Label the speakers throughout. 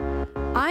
Speaker 1: I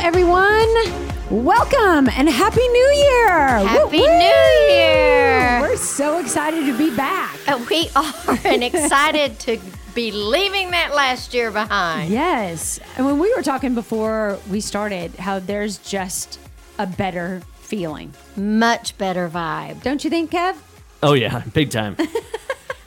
Speaker 1: everyone. Welcome and Happy New Year.
Speaker 2: Happy
Speaker 1: Woo-woo!
Speaker 2: New Year!
Speaker 1: We're so excited to be back.
Speaker 2: Uh, We are and excited to be leaving that last year behind.
Speaker 1: Yes. And when we were talking before we started, how there's just a better feeling.
Speaker 2: Much better vibe.
Speaker 1: Don't you think, Kev?
Speaker 3: Oh yeah, big time.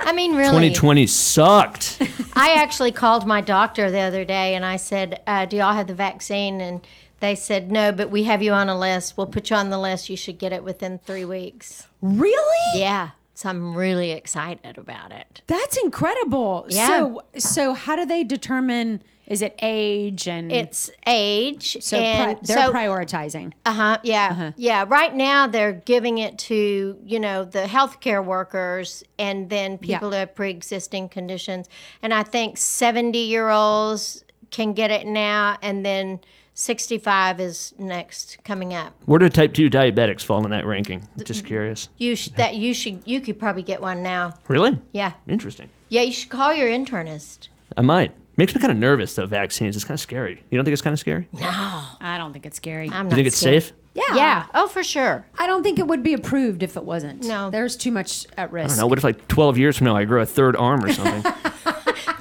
Speaker 2: I mean, really.
Speaker 3: 2020 sucked.
Speaker 2: I actually called my doctor the other day and I said, uh, Do y'all have the vaccine? And they said, No, but we have you on a list. We'll put you on the list. You should get it within three weeks.
Speaker 1: Really?
Speaker 2: Yeah. So I'm really excited about it.
Speaker 1: That's incredible.
Speaker 2: Yeah.
Speaker 1: So so how do they determine is it age and
Speaker 2: It's age.
Speaker 1: so pri-
Speaker 2: and
Speaker 1: they're
Speaker 2: so,
Speaker 1: prioritizing.
Speaker 2: Uh-huh, yeah. Yeah. Right now they're giving it to, you know, the healthcare workers and then people who have pre existing conditions. And I think seventy year olds can get it now and then sixty five is next coming up.
Speaker 3: Where do type 2 diabetics fall in that ranking? Just curious.
Speaker 2: You sh- that you should you could probably get one now.
Speaker 3: Really?
Speaker 2: Yeah.
Speaker 3: Interesting.
Speaker 2: Yeah, you should call your internist.
Speaker 3: I might. Makes me kind of nervous though. Vaccines. It's kind of scary. You don't think it's kind of scary? You
Speaker 1: I don't think it's scary.
Speaker 2: I'm not
Speaker 3: think it's
Speaker 2: scared.
Speaker 3: safe?
Speaker 1: yeah.
Speaker 2: Uh, Yeah. Oh, for sure.
Speaker 1: I don't think it would be approved if it wasn't.
Speaker 2: No.
Speaker 1: There's too much at risk.
Speaker 3: I don't know. What if like 12 years from now I grow a third arm or something?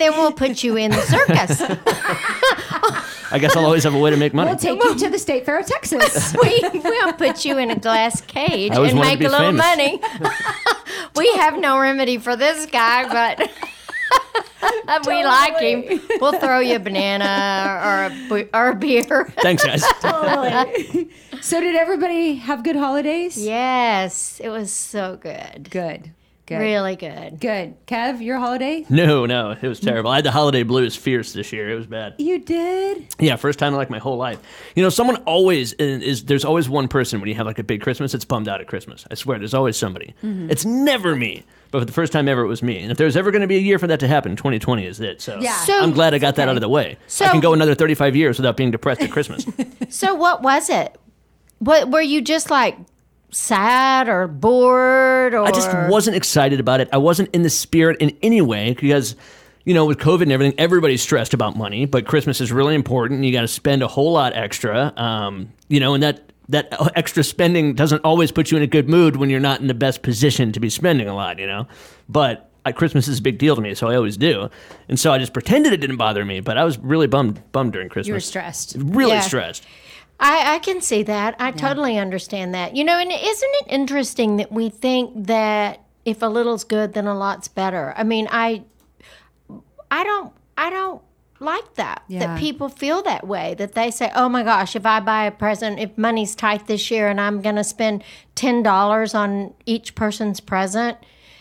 Speaker 2: Then we'll put you in the circus.
Speaker 3: I guess I'll always have a way to make money.
Speaker 1: We'll take you to the State Fair of Texas.
Speaker 2: we will put you in a glass cage
Speaker 3: I always
Speaker 2: and
Speaker 3: wanted to
Speaker 2: make a
Speaker 3: be
Speaker 2: little
Speaker 3: famous.
Speaker 2: money. we have no remedy for this guy, but we like him. We'll throw you a banana or a, bu- or a beer.
Speaker 3: Thanks guys.
Speaker 1: Totally. so did everybody have good holidays?
Speaker 2: yes, it was so good.
Speaker 1: Good. Good.
Speaker 2: Really good.
Speaker 1: Good. Kev, your holiday?
Speaker 3: no, no, it was terrible. I had the holiday blues fierce this year. It was bad.
Speaker 1: You did?
Speaker 3: Yeah, first time in like my whole life. You know, someone always is, is there's always one person when you have like a big Christmas that's bummed out at Christmas. I swear, there's always somebody. It's never me. But for the first time ever, it was me. And if there's ever going to be a year for that to happen, 2020 is it. So,
Speaker 1: Yeah.
Speaker 2: So-
Speaker 3: I'm glad I got that out of the way.
Speaker 2: So-
Speaker 3: I can go another 35 years without being depressed at Christmas.
Speaker 2: So what was it? What were you just like sad or bored or
Speaker 3: I just wasn't excited about it. I wasn't in the spirit in any way because, you know, with COVID and everything, everybody's stressed about money. But Christmas is really important. And you got to spend a whole lot extra, um, you know, and that that extra spending doesn't always put you in a good mood when you're not in the best position to be spending a lot, you know. But I, Christmas is a big deal to me, so I always do, and so I just pretended it didn't bother me. But I was really bummed bummed during Christmas.
Speaker 1: You were stressed.
Speaker 3: Really
Speaker 2: Yeah.
Speaker 3: stressed.
Speaker 2: I, I can see that. I totally understand that. You know, and isn't it interesting that we think that if a little's good, then a lot's better? I mean, I, I don't, I don't like that.
Speaker 1: Yeah.
Speaker 2: That people feel that way. That they say, "Oh my gosh, if I buy a present, if money's tight this year, and I'm going to spend ten dollars on each person's present."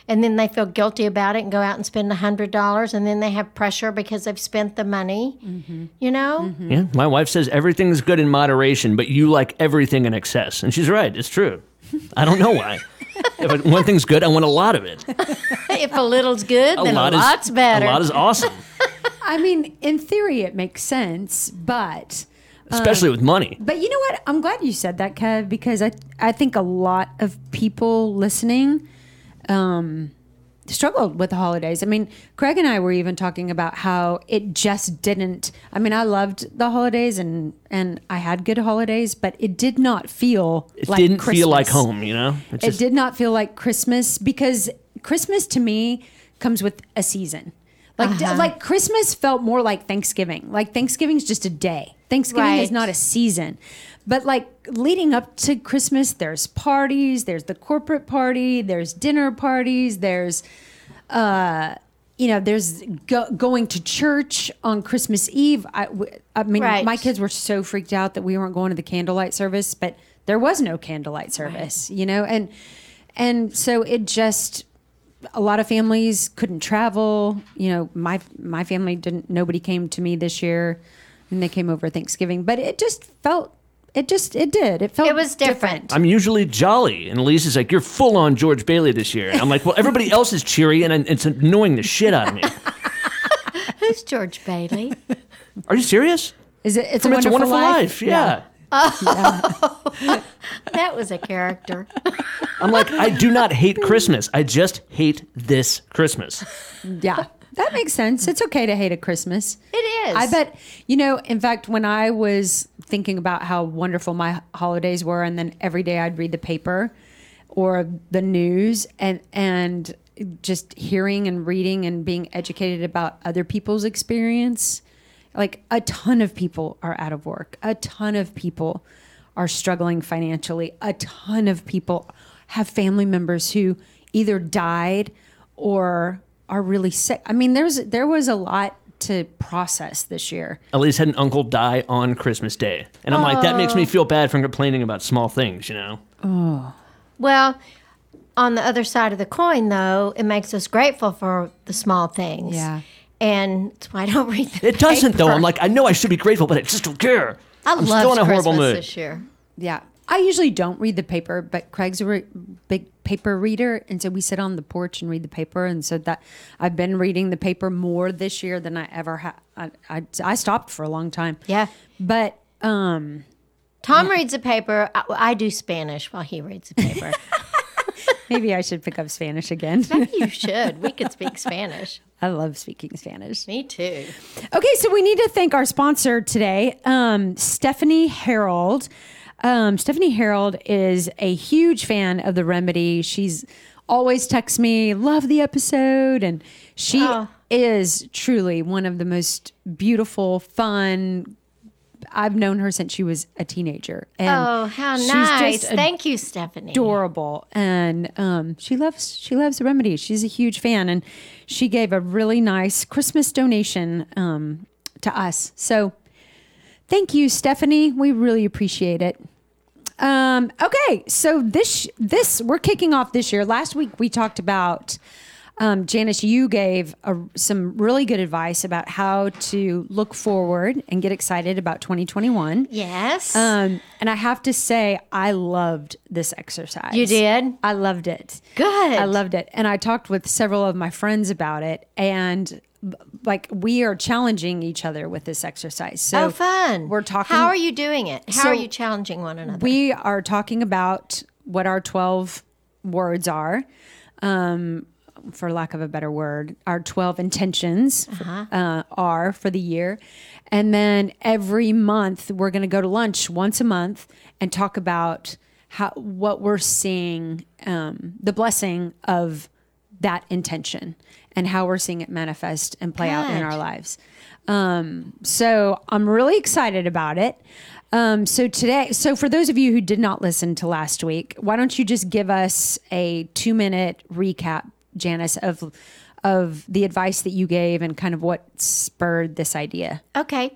Speaker 2: And then they feel guilty about it and go out and spend $100. And then they have pressure because they've spent the money, you know?
Speaker 3: Yeah, my wife says everything's good in moderation, but you like everything in excess, and she's right. It's true. I don't know why. if I, one thing's good, I want a lot of it.
Speaker 2: if a little's good,
Speaker 3: A
Speaker 2: then
Speaker 3: lot
Speaker 2: a lot's
Speaker 3: is
Speaker 2: better.
Speaker 3: A lot is awesome,
Speaker 1: I mean, in theory, it makes sense, but
Speaker 3: especially with money.
Speaker 1: but you know what? I'm glad you said that, Kev, because I I think a lot of people listening um, struggled with the holidays. I mean, Craig and I were even talking about how it just didn't. I mean, I loved the holidays and and I had good holidays, but it did not feel
Speaker 3: It
Speaker 1: like
Speaker 3: didn't feel like
Speaker 1: Christmas.
Speaker 3: home, you know. It's
Speaker 1: it did not feel like Christmas because Christmas to me comes with a season. Like like Christmas felt more like Thanksgiving. Like Thanksgiving's just a day. Thanksgiving is
Speaker 2: Right.
Speaker 1: not a season. But like leading up to Christmas, there's parties, there's the corporate party, there's dinner parties, there's uh you know, there's go- going to church on Christmas Eve. I, w- I mean,
Speaker 2: Right.
Speaker 1: my kids were so freaked out that we weren't going to the candlelight service, but there was no candlelight service, you know, and and so it just a lot of families couldn't travel. You know, my my family didn't. Nobody came to me this year, and they came over Thanksgiving, but it just felt it just it did. It felt
Speaker 2: It was different.
Speaker 3: I'm usually jolly. And Elise is like, You're full on George Bailey this year. And I'm like, Well, everybody else is cheery and it's annoying the shit out of me.
Speaker 2: Who's George Bailey?
Speaker 3: Are you serious?
Speaker 1: Is it? It's, a,
Speaker 3: From It's
Speaker 1: wonderful
Speaker 3: a Wonderful Life. Yeah.
Speaker 2: that was a character.
Speaker 3: I'm like, I do not hate Christmas. I just hate this Christmas.
Speaker 1: Yeah. That makes sense. It's okay to hate a Christmas.
Speaker 2: It is.
Speaker 1: I bet, you know, in fact, when I was thinking about how wonderful my holidays were, and then every day I'd read the paper or the news and, and, just hearing and reading and being educated about other people's experience. Like a ton of people are out of work. A ton of people are struggling financially. A ton of people have family members who either died or are really sick. I mean, there's there was a lot to process this year.
Speaker 3: Elise had an uncle die on Christmas Day. And I'm like, That makes
Speaker 2: Oh.
Speaker 3: me feel bad for complaining about small things, you know?
Speaker 2: Well, on the other side of the coin, though, it makes us grateful for the small things.
Speaker 1: Yeah.
Speaker 2: And that's why I don't read the
Speaker 3: It doesn't, though.
Speaker 2: paper.
Speaker 3: I'm like, I know I should be grateful, but I just don't care.
Speaker 2: I love
Speaker 3: am still in a horrible
Speaker 2: Christmas
Speaker 3: mood.
Speaker 2: this year.
Speaker 1: Yeah. I usually don't read the paper, but Craig's a re- big paper reader, and so we sit on the porch and read the paper. And so that I've been reading the paper more this year than I ever had. I, I, I stopped for a long time.
Speaker 2: Yeah.
Speaker 1: but um,
Speaker 2: Tom reads the paper. I, I do Spanish while he reads the paper.
Speaker 1: maybe I should pick up Spanish again.
Speaker 2: Maybe you should. We could speak Spanish.
Speaker 1: I love speaking Spanish.
Speaker 2: Me too.
Speaker 1: Okay, so we need to thank our sponsor today, um, Stephanie Harold. Um, Stephanie Harold is a huge fan of the remedy. She's always texts me, love the episode, and she
Speaker 2: Oh.
Speaker 1: is truly one of the most beautiful, fun. I've known her since she was a teenager. And
Speaker 2: Oh, how
Speaker 1: she's
Speaker 2: nice.
Speaker 1: just a
Speaker 2: Thank you, Stephanie.
Speaker 1: adorable and um, she loves she loves the remedy she's a huge fan and she gave a really nice christmas donation um, to us so thank you stephanie we really appreciate it um, okay so this this we're kicking off this year last week we talked about um, janice you gave a, some really good advice about how to look forward and get excited about 2021
Speaker 2: Yes.
Speaker 1: um, and I have to say, I loved this exercise.
Speaker 2: You did?
Speaker 1: I loved it.
Speaker 2: Good.
Speaker 1: I loved it. And I talked with several of my friends about it. And like, we are challenging each other with this exercise. So
Speaker 2: oh, fun.
Speaker 1: We're talking.
Speaker 2: How are you doing it? How
Speaker 1: So-
Speaker 2: are you challenging one another?
Speaker 1: We are talking about what our 12 words are, um, for lack of a better word, our 12 intentions uh, are for the year. And then every month, we're going to go to lunch once a month and talk about how what we're seeing, um, the blessing of that intention and how we're seeing it manifest and play out in
Speaker 2: Good.
Speaker 1: our lives. Um, So I'm really excited about it. Um, so today, so for those of you who did not listen to last week, why don't you just give us a two minute recap, Janice, of of the advice that you gave and kind of what spurred this idea?
Speaker 2: Okay.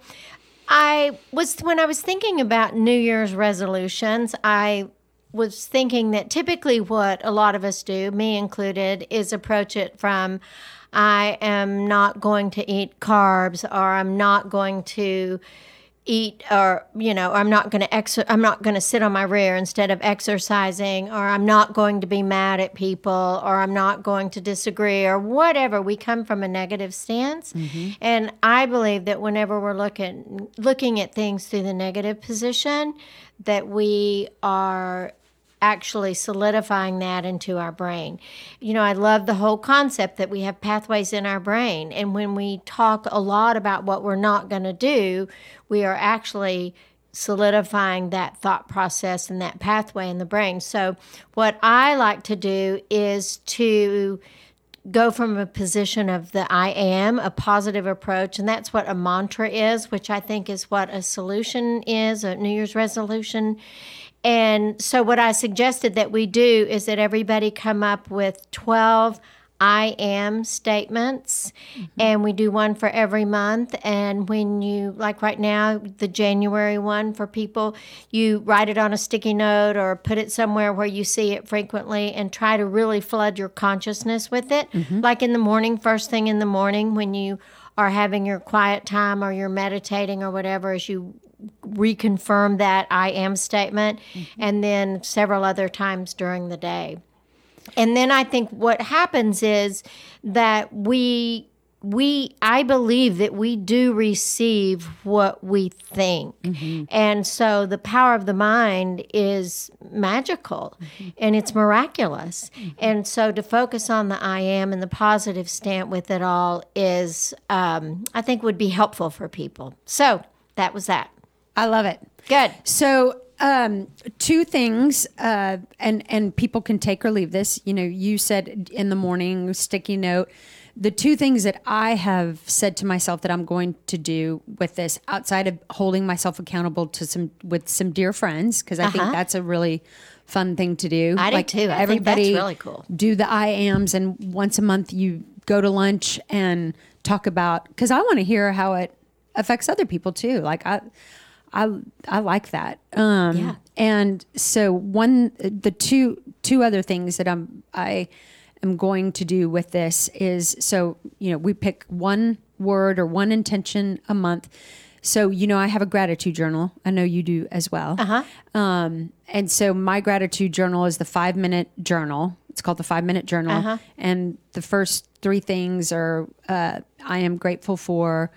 Speaker 2: I was when I was thinking about New Year's resolutions, I was thinking that typically what a lot of us do, me included, is approach it from I am not going to eat carbs or I'm not going to eat or you know i'm not going to ex i'm not going to sit on my rear instead of exercising or i'm not going to be mad at people or i'm not going to disagree or whatever we come from a negative stance and i believe that whenever we're looking looking at things through the negative position that we are actually solidifying that into our brain. You know, I love the whole concept that we have pathways in our brain. And when we talk a lot about what we're not going to do, we are actually solidifying that thought process and that pathway in the brain. So, what I like to do is to go from a position of the I am, a positive approach. And that's what a mantra is, which I think is what a solution is, a New Year's resolution. And so, what I suggested that we do is that everybody come up with 12 I am statements, and we do one for every month. And when you, like right now, the January one for people, you write it on a sticky note or put it somewhere where you see it frequently and try to really flood your consciousness with it. Like in the morning, first thing in the morning, when you are having your quiet time or you're meditating or whatever, as you reconfirm that I am statement, and then several other times during the day. And then I think what happens is that we we I believe that we do receive what we think. And so the power of the mind is magical and it's miraculous. And so to focus on the I am and the positive stamp with it all is um, I think would be helpful for people. So that was that.
Speaker 1: I love it.
Speaker 2: Good.
Speaker 1: So, um, two things, uh, and and people can take or leave this. You know, you said in the morning sticky note. The two things that I have said to myself that I'm going to do with this, outside of holding myself accountable to some with some dear friends, because I think that's a really fun thing to do.
Speaker 2: Uh-huh. I do too. I think that's really cool.
Speaker 1: Do the I ams, and once a month you go to lunch and talk about because I want to hear how it affects other people too. Like I, I, I like that. Um,
Speaker 2: Yeah.
Speaker 1: And so one, the two, two other things that I'm I am going to do with this is so you know we pick one word or one intention a month. So you know I have a gratitude journal. I know you do as well. Uh huh. Um, and so my gratitude journal is the five minute journal. It's called the five minute journal. And the first three things are uh, I am grateful for,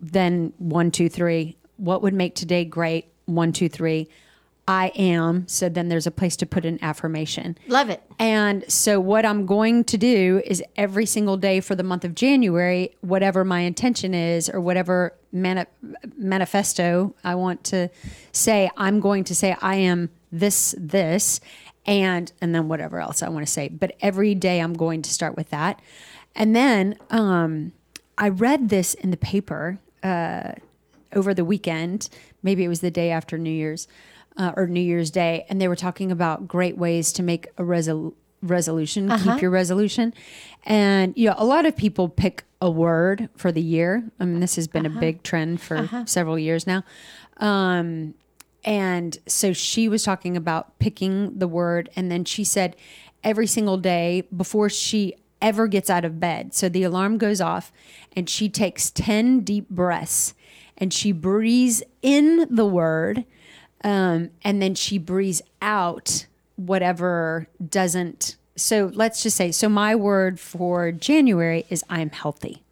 Speaker 1: then one, two, three. What would make today great? One, two, three. I am. So then there's a place to put an affirmation.
Speaker 2: Love it.
Speaker 1: And so, what I'm going to do is every single day for the month of January, whatever my intention is or whatever mani- manifesto I want to say, I'm going to say, I am this, this, and and then whatever else I want to say. But every day, I'm going to start with that. And then um, I read this in the paper over the weekend. Maybe it was the day after New Year's uh, or New Year's Day, and they were talking about great ways to make a resol- resolution, keep your resolution. And you know, a lot of people pick a word for the year. I mean, this has been a big trend for several years now. Um, and so she was talking about picking the word. And then she said every single day before she ever gets out of bed. So the alarm goes off and she takes 10 deep breaths and she breathes in the word. Um, and then she breathes out whatever doesn't. So let's just say so my word for January is I'm healthy.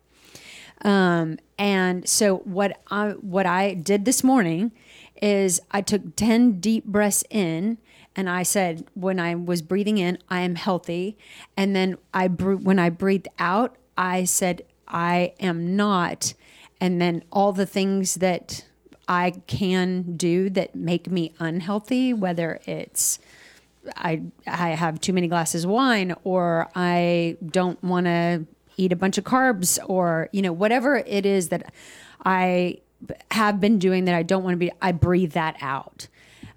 Speaker 1: Um, and so what I what I did this morning is I took ten deep breaths in, and I said when I was breathing in, I am healthy, and then I br- when I breathed out, I said I am not, and then all the things that I can do that make me unhealthy, whether it's I I have too many glasses of wine or I don't want to eat a bunch of carbs or you know whatever it is that I have been doing that I don't want to be I breathe that out.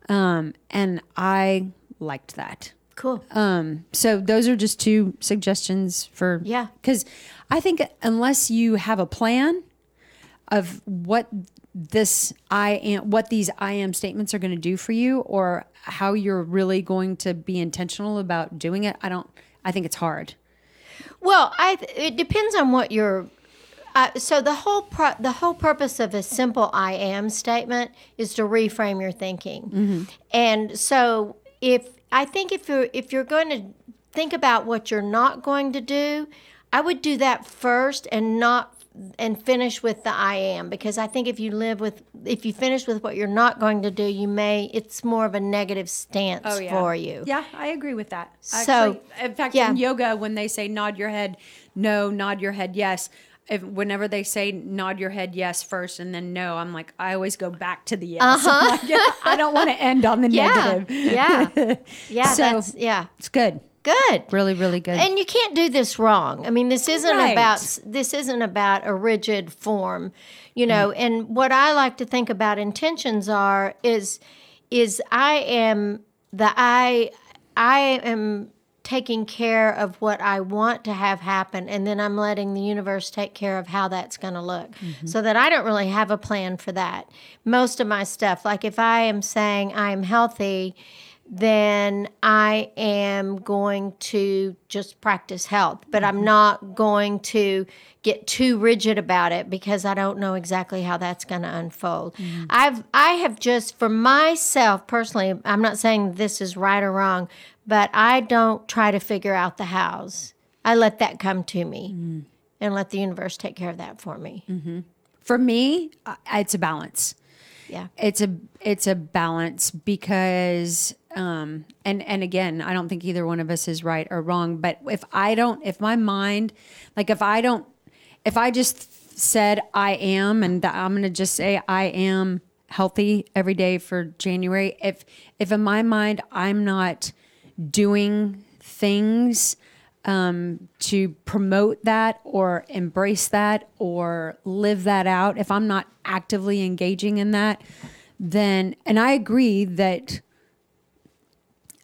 Speaker 1: Um and I liked that.
Speaker 2: Cool.
Speaker 1: Um, so those are just two suggestions for
Speaker 2: Yeah.
Speaker 1: Because I think unless you have a plan of what this I am, what these I am statements are going to do for you, or how you're really going to be intentional about doing it, I don't. I think it's hard.
Speaker 2: Well, I it depends on what your uh, so the whole pro- the whole purpose of a simple I am statement is to reframe your thinking. And so if I think if you're if you're going to think about what you're not going to do, I would do that first and not and finish with the I am because I think if you live with if you finish with what you're not going to do, you may it's more of a negative stance for you.
Speaker 1: Oh, Yeah, I agree with that.
Speaker 2: So,
Speaker 1: Actually, in fact,
Speaker 2: yeah.
Speaker 1: in yoga, when they say nod your head no, nod your head yes, if, whenever they say nod your head yes first and then no, I'm like, I always go back to the yes. I'm like, I don't want to end on the
Speaker 2: Uh-huh. Yeah.
Speaker 1: negative.
Speaker 2: Yeah. Yeah,
Speaker 1: So-
Speaker 2: that's yeah.
Speaker 1: It's good.
Speaker 2: Good.
Speaker 1: Really, really good.
Speaker 2: And you can't do this wrong. I mean, this isn't
Speaker 1: Right.
Speaker 2: about this isn't about a rigid form, you know.
Speaker 1: Mm-hmm.
Speaker 2: And what I like to think about intentions are is is I am the I I am taking care of what I want to have happen, and then I'm letting the universe take care of how that's going to look,
Speaker 1: Mm-hmm.
Speaker 2: so that I don't really have a plan for that. Most of my stuff, like if I am saying I am healthy then I am going to just practice health. But I'm not going to get too rigid about it because I don't know exactly how that's going to unfold. I've I have just for myself personally, I'm not saying this is right or wrong, but I don't try to figure out the hows. I let that come to me. And let the universe take care of that for me.
Speaker 1: For me, uh, it's a balance.
Speaker 2: Yeah.
Speaker 1: it's a it's a balance because um and and again i don't think either one of us is right or wrong but if i don't if my mind like if i don't if i just said i am and that i'm gonna just say i am healthy every day for january if if in my mind i'm not doing things um, to promote that or embrace that or live that out, if I'm not actively engaging in that, then, and I agree that.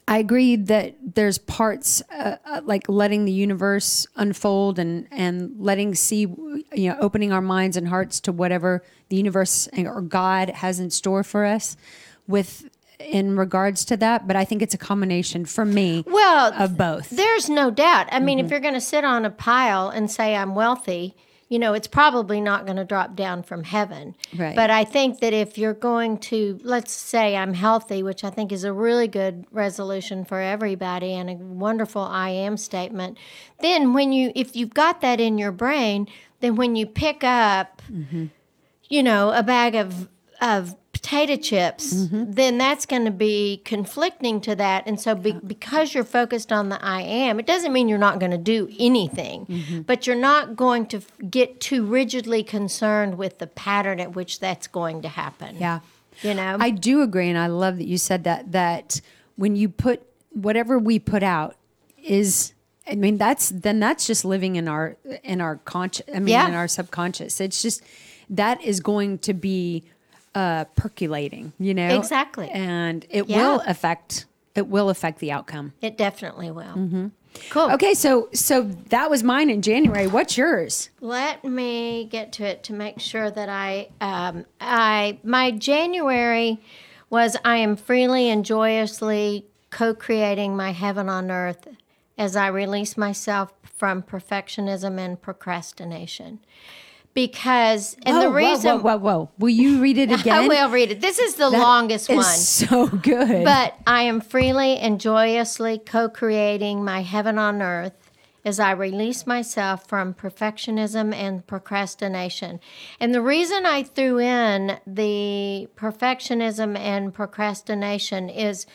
Speaker 1: I agree that there's parts uh, uh, like letting the universe unfold and and letting see you know opening our minds and hearts to whatever the universe and, or God has in store for us with in regards to that but I think it's a combination for me
Speaker 2: Well,
Speaker 1: of both
Speaker 2: There's no doubt. I mean, if you're going to sit on a pile and say I'm wealthy, you know, it's probably not going to drop down from heaven.
Speaker 1: Right.
Speaker 2: But I think that if you're going to, let's say I'm healthy, which I think is a really good resolution for everybody and a wonderful I am statement, then when you, if you've got that in your brain, then when you pick up, you know, a bag of of potato chips,
Speaker 1: Mm-hmm.
Speaker 2: then that's going to be conflicting to that. And so, be, because you're focused on the I am, it doesn't mean you're not going to do anything,
Speaker 1: Mm-hmm.
Speaker 2: but you're not going to f- get too rigidly concerned with the pattern at which that's going to happen.
Speaker 1: yeah
Speaker 2: you know,
Speaker 1: I do agree, and I love that you said that. That when you put whatever we put out is, I mean, that's then that's just living in our in our conscious. I mean,
Speaker 2: Yeah.
Speaker 1: in our subconscious. It's just that is going to be uh, percolating, you know,
Speaker 2: Exactly.
Speaker 1: and it
Speaker 2: Yeah.
Speaker 1: will affect it will affect the outcome.
Speaker 2: it definitely will. Cool.
Speaker 1: Mm-hmm. Okay, so so that was mine in January. What's yours?
Speaker 2: Let me get to it to make sure that I, um, I my January was I am freely and joyously co-creating my heaven on earth as I release myself from perfectionism and procrastination. Because and
Speaker 1: whoa,
Speaker 2: the
Speaker 1: whoa,
Speaker 2: reason
Speaker 1: whoa, whoa, whoa, will you read it again?
Speaker 2: I will read it. This is the
Speaker 1: That
Speaker 2: longest
Speaker 1: is
Speaker 2: one.
Speaker 1: So good.
Speaker 2: But I am freely and joyously co creating my heaven on earth as I release myself from perfectionism and procrastination. And the reason I threw in the perfectionism and procrastination is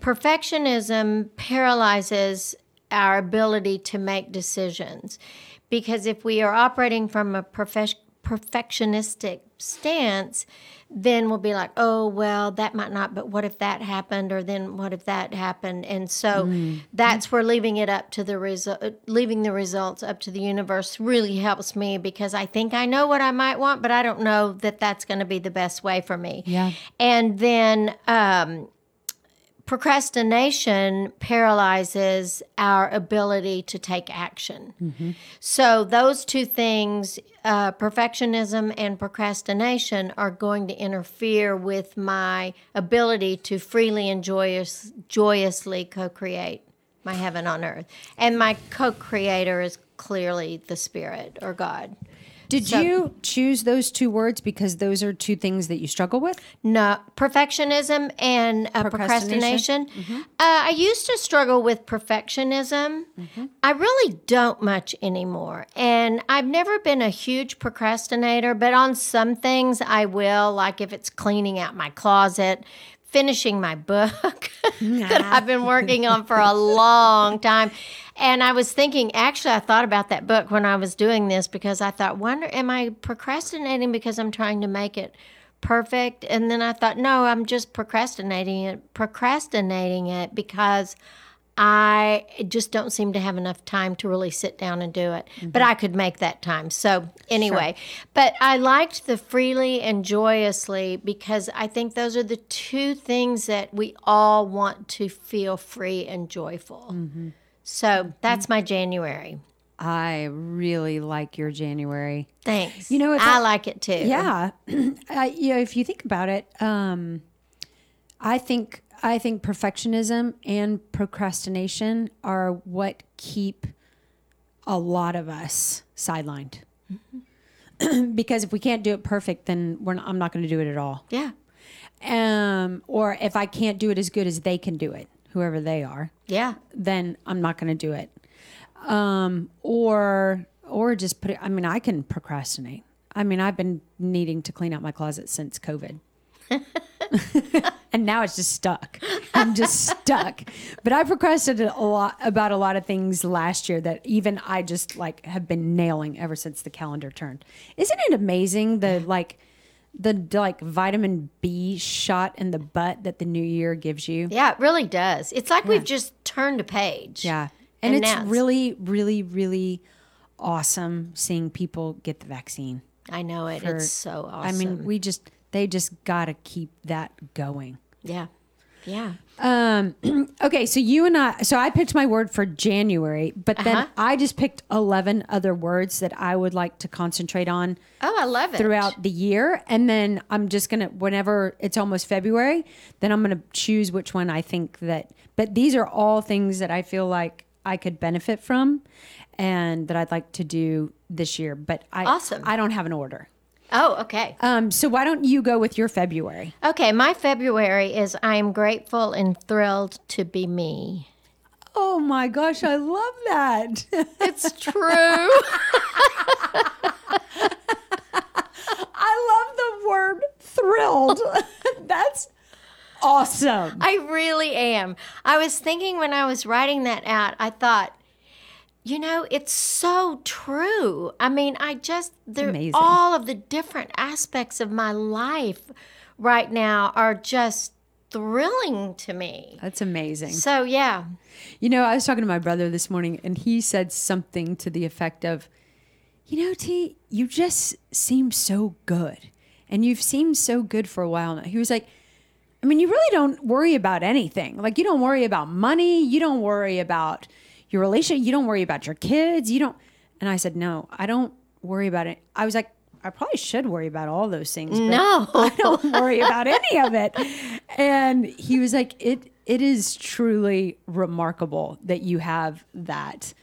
Speaker 2: perfectionism paralyzes our ability to make decisions because if we are operating from a perfec- perfectionistic stance then we'll be like oh well that might not but what if that happened or then what if that happened and so that's where leaving it up to the result leaving the results up to the universe really helps me because i think i know what i might want but i don't know that that's going to be the best way for me
Speaker 1: Yeah.
Speaker 2: and then um procrastination paralyzes our ability to take action. So, those two things, uh, perfectionism and procrastination, are going to interfere with my ability to freely and joyous, joyously co create my heaven on earth. And my co creator is clearly the Spirit or God.
Speaker 1: Did you choose those two words because those are two things that you struggle with?
Speaker 2: No, perfectionism and uh,
Speaker 1: Procrastination?
Speaker 2: procrastination. Uh, I used to struggle with perfectionism. I really don't much anymore. And I've never been a huge procrastinator, but on some things I will, like if it's cleaning out my closet, finishing my book that I've been working on for a long time. And I was thinking, actually, I thought about that book when I was doing this because I thought, wonder, am I procrastinating because I'm trying to make it perfect? And then I thought, no, I'm just procrastinating it, procrastinating it because I just don't seem to have enough time to really sit down and do it. But
Speaker 1: Mm-hmm.
Speaker 2: I could make that time. So, anyway, but I liked the freely and joyously because I think those are the two things that we all want to feel free and joyful.
Speaker 1: Mm-hmm.
Speaker 2: So, that's my January.
Speaker 1: I really like your January.
Speaker 2: Thanks.
Speaker 1: You know, if
Speaker 2: I
Speaker 1: I-
Speaker 2: like it too.
Speaker 1: Yeah. I, you know, if you think about it, um, I think I think perfectionism and procrastination are what keep a lot of us sidelined. because if we can't do it perfect, then we're not, I'm not going to do it at all.
Speaker 2: Yeah.
Speaker 1: Um, or if I can't do it as good as they can do it, whoever they are,
Speaker 2: Yeah.
Speaker 1: then I'm not going to do it. Um, or or just put it. I mean, I can procrastinate. I mean, I've been needing to clean out my closet since COVID. and now it's just stuck. I'm just stuck. But I procrastinated a lot about a lot of things last year that even I just like have been nailing ever since the calendar turned. Isn't it amazing the like the like vitamin B shot in the butt that the new year gives you?
Speaker 2: Yeah, it really does. It's like we've just turned a page.
Speaker 1: Yeah. And, it's
Speaker 2: that's-
Speaker 1: really, really, really awesome seeing people get the vaccine.
Speaker 2: I know it.
Speaker 1: for-
Speaker 2: it's so awesome.
Speaker 1: I mean, we just, they just got to keep that going.
Speaker 2: yeah. Yeah.
Speaker 1: Um, okay. So you and I, so I picked my word for January, but then
Speaker 2: Uh-huh.
Speaker 1: I just picked 11 other words that I would like to concentrate on
Speaker 2: Oh, I love it.
Speaker 1: throughout the year. And then I'm just going to, whenever it's almost February, then I'm going to choose which one I think that, but these are all things that I feel like I could benefit from and that I'd like to do this year. But I,
Speaker 2: Awesome.
Speaker 1: I don't have an order.
Speaker 2: Oh, okay.
Speaker 1: Um, so why don't you go with your February?
Speaker 2: Okay, my February is I am grateful and thrilled to be me.
Speaker 1: Oh my gosh, I love that.
Speaker 2: It's true.
Speaker 1: I love the word thrilled. That's awesome.
Speaker 2: I really am. I was thinking when I was writing that out, I thought, you know, it's so true. I mean, I just, there,
Speaker 1: Amazing.
Speaker 2: all of the different aspects of my life right now are just thrilling to me.
Speaker 1: That's amazing.
Speaker 2: So, yeah.
Speaker 1: You know, I was talking to my brother this morning and he said something to the effect of, you know, T, you just seem so good. And you've seemed so good for a while now. He was like, I mean, you really don't worry about anything. Like, you don't worry about money. You don't worry about your relationship. You don't worry about your kids. You don't. And I said, no, I don't worry about it. I was like, I probably should worry about all those things. but
Speaker 2: No.
Speaker 1: I don't worry about any of it. And he was like, it it is truly remarkable that you have that.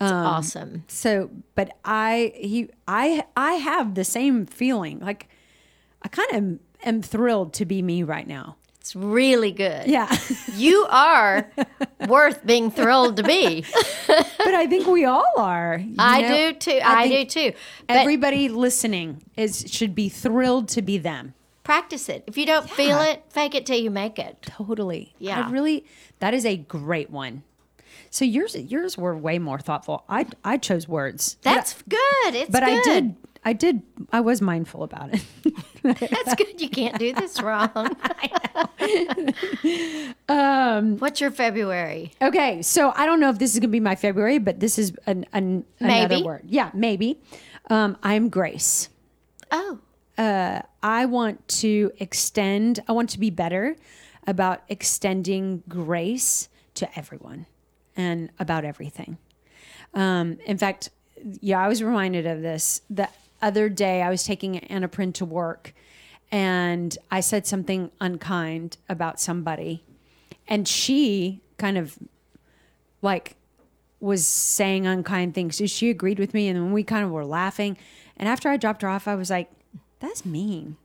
Speaker 2: awesome.
Speaker 1: So, but I he I I have the same feeling. Like I kind of am, am thrilled to be me right now.
Speaker 2: It's really good.
Speaker 1: Yeah.
Speaker 2: You are worth being thrilled to be.
Speaker 1: but I think we all are. you
Speaker 2: I
Speaker 1: know?
Speaker 2: do too. I, do
Speaker 1: think
Speaker 2: too. But
Speaker 1: Everybody listening is should be thrilled to be them.
Speaker 2: practice it. If you don't feel it, fake it till you make it.
Speaker 1: Totally.
Speaker 2: Yeah.
Speaker 1: I really that is a great one. So yours yours were way more thoughtful. I I chose words.
Speaker 2: That's good. It's
Speaker 1: but I
Speaker 2: good.
Speaker 1: did I did I was mindful about it.
Speaker 2: That's good. You can't do this wrong. um, What's your February?
Speaker 1: okay, so I don't know if this is going to be my February, but this is an, an another
Speaker 2: Maybe.
Speaker 1: word. Yeah, maybe. Um, I'm grace.
Speaker 2: Oh,
Speaker 1: I want to extend, I want to be better about extending grace to everyone and about everything. Um, in fact, yeah, I was reminded of this the other day. I was taking Annaprin to work and I said something unkind about somebody, and she kind of like was saying unkind things. So she agreed with me, and then we kind of were laughing. And after I dropped her off, I was like, "That's mean.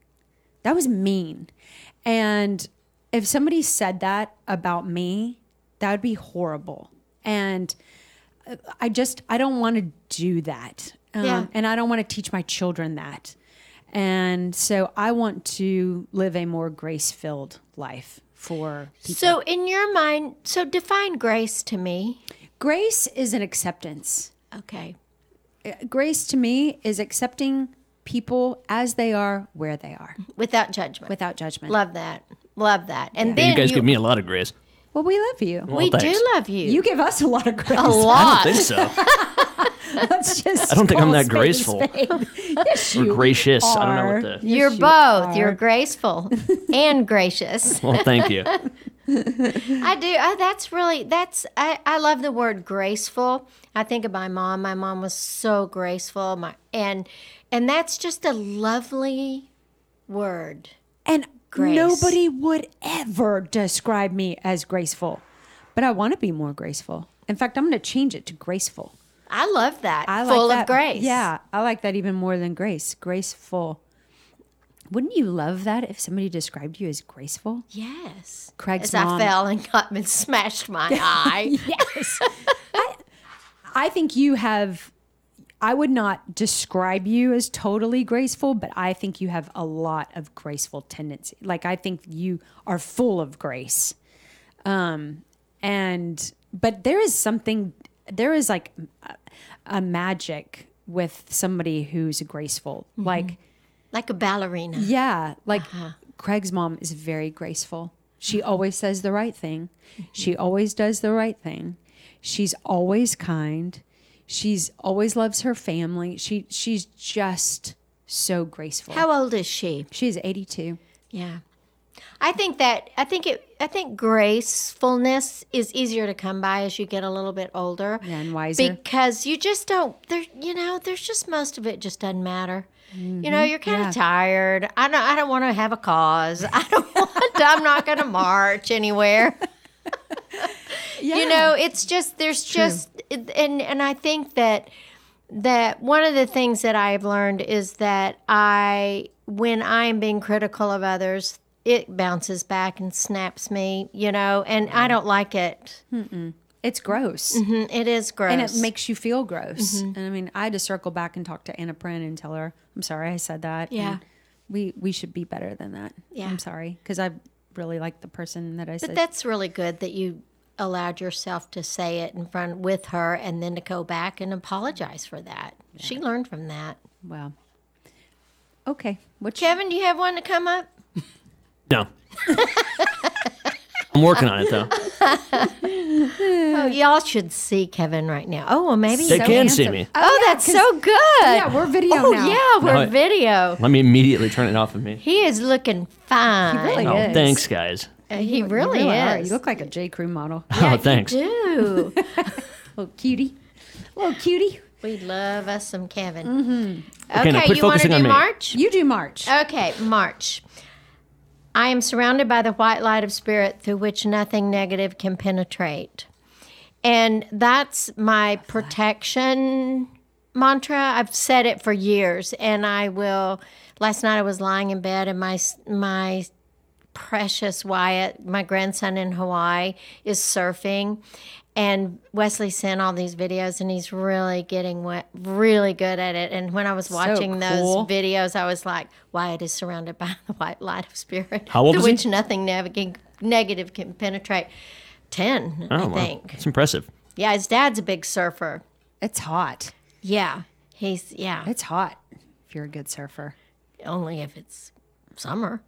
Speaker 1: That was mean." And if somebody said that about me, that would be horrible. And uh, I just I don't want to do that. Um,
Speaker 2: Yeah.
Speaker 1: And I don't want to teach my children that. And so I want to live a more grace filled life for people.
Speaker 2: so in your mind, so define grace to me.
Speaker 1: Grace is an acceptance.
Speaker 2: Okay.
Speaker 1: grace to me is accepting people as they are where they are
Speaker 2: Without judgment.
Speaker 1: without judgment
Speaker 2: Love that. Love that. And then
Speaker 3: you guys give me a lot of grace.
Speaker 1: well we love you
Speaker 2: we
Speaker 3: Well, thanks.
Speaker 2: do love you.
Speaker 1: you give us a lot of grace
Speaker 2: a
Speaker 3: I
Speaker 2: lot.
Speaker 3: don't think so.
Speaker 1: let's just
Speaker 3: I don't think I'm
Speaker 1: call
Speaker 3: that
Speaker 1: spade a
Speaker 3: graceful.
Speaker 1: spade. yes you
Speaker 3: Or gracious. I don't know what
Speaker 1: are.
Speaker 3: the.
Speaker 2: You're
Speaker 1: Yes, you
Speaker 2: both. You're
Speaker 1: are.
Speaker 2: graceful and gracious.
Speaker 3: Well, thank you.
Speaker 2: I do. I, that's really that's. I, I love the word graceful. I think of my mom. My mom was so graceful. My and and that's just a lovely word.
Speaker 1: and
Speaker 2: grace.
Speaker 1: Nobody would ever describe me as graceful, but I want to be more graceful. In fact, I'm going to change it to graceful.
Speaker 2: I love that.
Speaker 1: I like
Speaker 2: Full
Speaker 1: that.
Speaker 2: of grace.
Speaker 1: Yeah, I like that even more than grace. Graceful. Wouldn't you love that if somebody described you as graceful?
Speaker 2: Yes.
Speaker 1: Craig's
Speaker 2: As
Speaker 1: mom.
Speaker 2: I fell and got and smashed my eye.
Speaker 1: Yes. I, I think you have. I would not describe you as totally graceful, but I think you have a lot of graceful tendency. Like I think you are full of grace. Um, and but there is something there is like a, a magic with somebody who's graceful. Like
Speaker 2: like a ballerina.
Speaker 1: yeah, like
Speaker 2: Uh-huh.
Speaker 1: Craig's mom is very graceful. She
Speaker 2: Mm-hmm.
Speaker 1: always says the right thing. She always does the right thing. She's always kind. She's always loves her family. She she's just so graceful.
Speaker 2: How old is she?
Speaker 1: she's 82.
Speaker 2: Yeah. I think that I think it I think gracefulness is easier to come by as you get a little bit older.
Speaker 1: Yeah, and wiser.
Speaker 2: Because you just don't there you know, there's just most of it just doesn't matter. You
Speaker 1: Mm-hmm.
Speaker 2: know, you're kind of tired. I don't I don't want to have a cause. I don't want to, I'm not going to march anywhere.
Speaker 1: Yeah.
Speaker 2: you know it's just there's just and and i think that that one of the things that i've learned is that i when i'm being critical of others it bounces back and snaps me you know and i don't like it
Speaker 1: it's gross.
Speaker 2: Mm, it is gross
Speaker 1: Mm-hmm. And it makes you feel gross.
Speaker 2: Mm-hmm.
Speaker 1: And I mean, I had to circle back and talk to Anna Prin and tell her, "I'm sorry I said that."
Speaker 2: Yeah.
Speaker 1: and we we should be better than that.
Speaker 2: Yeah.
Speaker 1: I'm sorry because I really like the person that I said
Speaker 2: but that's really good that you allowed yourself to say it in front with her and then to go back and apologize for that she learned from that
Speaker 1: Wow. Okay. What's
Speaker 2: kevin do you have one to come
Speaker 1: Uh,
Speaker 2: up
Speaker 3: No. I'm working on it though.
Speaker 2: oh y'all should see kevin right now oh well maybe
Speaker 3: They
Speaker 1: So
Speaker 3: can
Speaker 1: handsome.
Speaker 3: see me.
Speaker 2: Oh,
Speaker 1: yeah,
Speaker 2: that's
Speaker 1: 'cause-
Speaker 2: so good.
Speaker 1: yeah, we're video
Speaker 2: oh,
Speaker 1: now.
Speaker 2: yeah, we're
Speaker 3: No, it-
Speaker 2: video.
Speaker 3: Let me immediately turn it off of me.
Speaker 2: He is looking fine.
Speaker 1: He really
Speaker 3: Oh,
Speaker 1: is.
Speaker 3: thanks, guys.
Speaker 2: Uh, he
Speaker 1: You
Speaker 2: really,
Speaker 1: are.
Speaker 2: is.
Speaker 1: You look like a J. Crew model.
Speaker 2: Yeah,
Speaker 3: oh, thanks.
Speaker 2: You do.
Speaker 1: Little cutie. Little cutie.
Speaker 2: we love us some Kevin. Mm-hmm. Okay,
Speaker 3: now quit
Speaker 2: you want to
Speaker 3: focusing on
Speaker 2: do
Speaker 3: me.
Speaker 2: March?
Speaker 1: You do March.
Speaker 2: Okay, March. I am surrounded by the white light of spirit through which nothing negative can penetrate. And that's my protection mantra. I've said it for years and I will last night I was lying in bed and my s- my precious Wyatt, my grandson in Hawaii, is surfing. And Wesley sent all these videos, and he's really getting wet, really good at it. And when I was watching
Speaker 1: cool.
Speaker 2: those videos, I was like, Wyatt is surrounded by the white light of spirit,
Speaker 3: How old
Speaker 2: through
Speaker 3: is he?
Speaker 2: which nothing navigating, negative can penetrate. 10, I
Speaker 3: Oh, wow.
Speaker 2: think.
Speaker 3: It's impressive.
Speaker 2: Yeah, his dad's a big surfer.
Speaker 1: It's hot.
Speaker 2: Yeah, he's, yeah,
Speaker 1: It's hot if you're a good surfer.
Speaker 2: only if it's summer.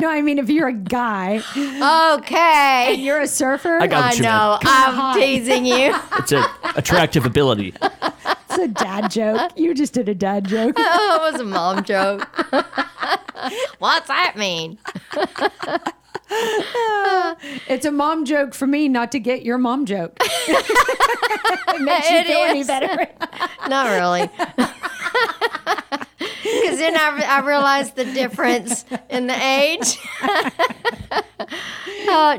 Speaker 1: no, I mean, if you're a guy,
Speaker 2: okay.
Speaker 1: you're a surfer.
Speaker 3: I got
Speaker 2: I
Speaker 3: what you meant.
Speaker 2: know, I'm teasing you.
Speaker 3: It's an attractive ability.
Speaker 1: It's a dad joke. You just did a dad joke.
Speaker 2: oh, it was a mom joke. What's that mean?
Speaker 1: It's a mom joke for me not to get your mom joke. it makes you
Speaker 2: It
Speaker 1: feel any
Speaker 2: is.
Speaker 1: better.
Speaker 2: Not really. Because then I, I realized the difference in the age. oh,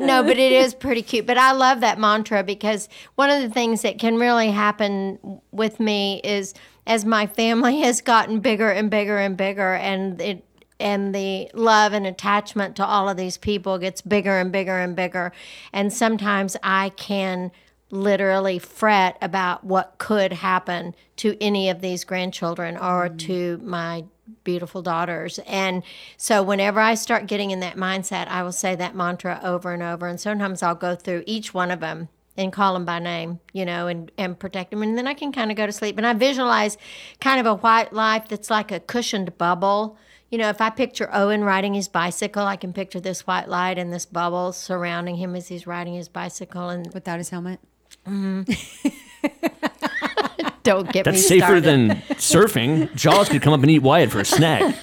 Speaker 2: no, but it is pretty cute. But I love that mantra because one of the things that can really happen with me is as my family has gotten bigger and bigger and bigger, and it and the love and attachment to all of these people gets bigger and bigger and bigger. And sometimes I can literally fret about what could happen to any of these grandchildren or to my beautiful daughters. And so whenever I start getting in that mindset, I will say that mantra over and over. And sometimes I'll go through each one of them and call them by name, you know, and, and protect them. And then I can kind of go to sleep. And I visualize kind of a white light that's like a cushioned bubble. You know, if I picture Owen riding his bicycle, I can picture this white light and this bubble surrounding him as he's riding his bicycle. And
Speaker 1: Without his helmet.
Speaker 2: don't get me
Speaker 3: That's safer
Speaker 2: started.
Speaker 3: than surfing. Jaws could come up and eat Wyatt for a snack.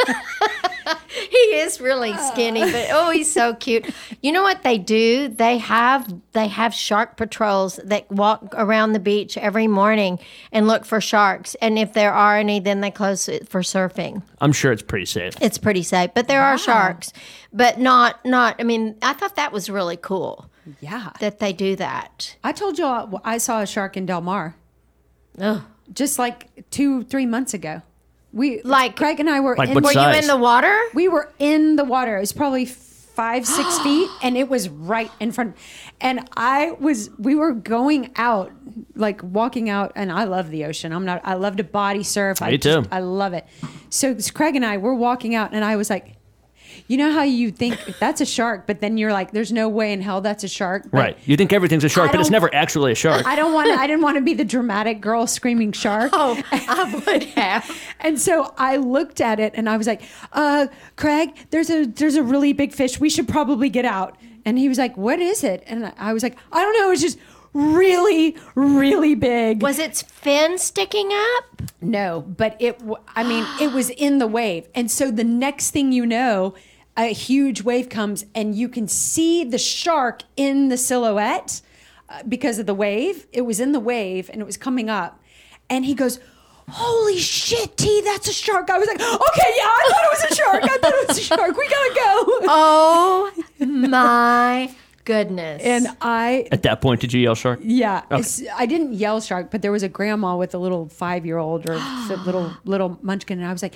Speaker 2: he is is really skinny, but oh, he's so cute. You know what they do? They have they have shark patrols that walk around the beach every morning and look for sharks. And if there are any, then they close it for surfing.
Speaker 3: I'm sure it's pretty safe.
Speaker 2: It's pretty safe, but there are sharks, but not not. I mean, I thought that was really cool
Speaker 1: Yeah.
Speaker 2: that they do that.
Speaker 1: I told you I, I saw a shark in Del Mar
Speaker 2: Ugh.
Speaker 1: just like two, three months ago. We
Speaker 2: Like-
Speaker 1: Craig and I were
Speaker 3: Like
Speaker 1: in,
Speaker 3: what
Speaker 2: Were you
Speaker 3: Size.
Speaker 2: in the water?
Speaker 1: we were in the water. It was probably five, six feet, and it was right in front. And I was, we were going out, like walking out, and I love the ocean. I'm not, I love to body surf. I
Speaker 3: Me
Speaker 1: just-
Speaker 3: too.
Speaker 1: I love it. So it's Craig and I, we're walking out, and I was like, you know how you think that's a shark, but then you're like, there's no way in hell that's a shark. But
Speaker 3: Right. You think everything's a shark,
Speaker 1: I
Speaker 3: but it's
Speaker 1: don't-
Speaker 3: never actually a shark.
Speaker 1: I don't want to, I didn't want to be the dramatic girl screaming shark.
Speaker 2: Oh, I would have.
Speaker 1: And so I looked at it and I was like, uh, Craig, there's a there's a really big fish. We should probably get out. And he was like, What is it? And I was like, I don't know, it's just really, really big.
Speaker 2: Was its fin sticking up?
Speaker 1: No, but it w- I mean, it was in the wave. And so the next thing you know, a huge wave comes and you can see the shark in the silhouette uh, because of the wave. It was in the wave and it was coming up. And he goes, "Holy shit, T, that's a shark." I was like, "Okay, yeah, I thought it was a shark. I thought it was a shark. We got to go."
Speaker 2: Oh my goodness.
Speaker 1: and I
Speaker 3: At that point, did you yell shark?
Speaker 1: Yeah, it's- I didn't yell shark, but there was a grandma with a little five-year-old or s- little little munchkin, and I was like,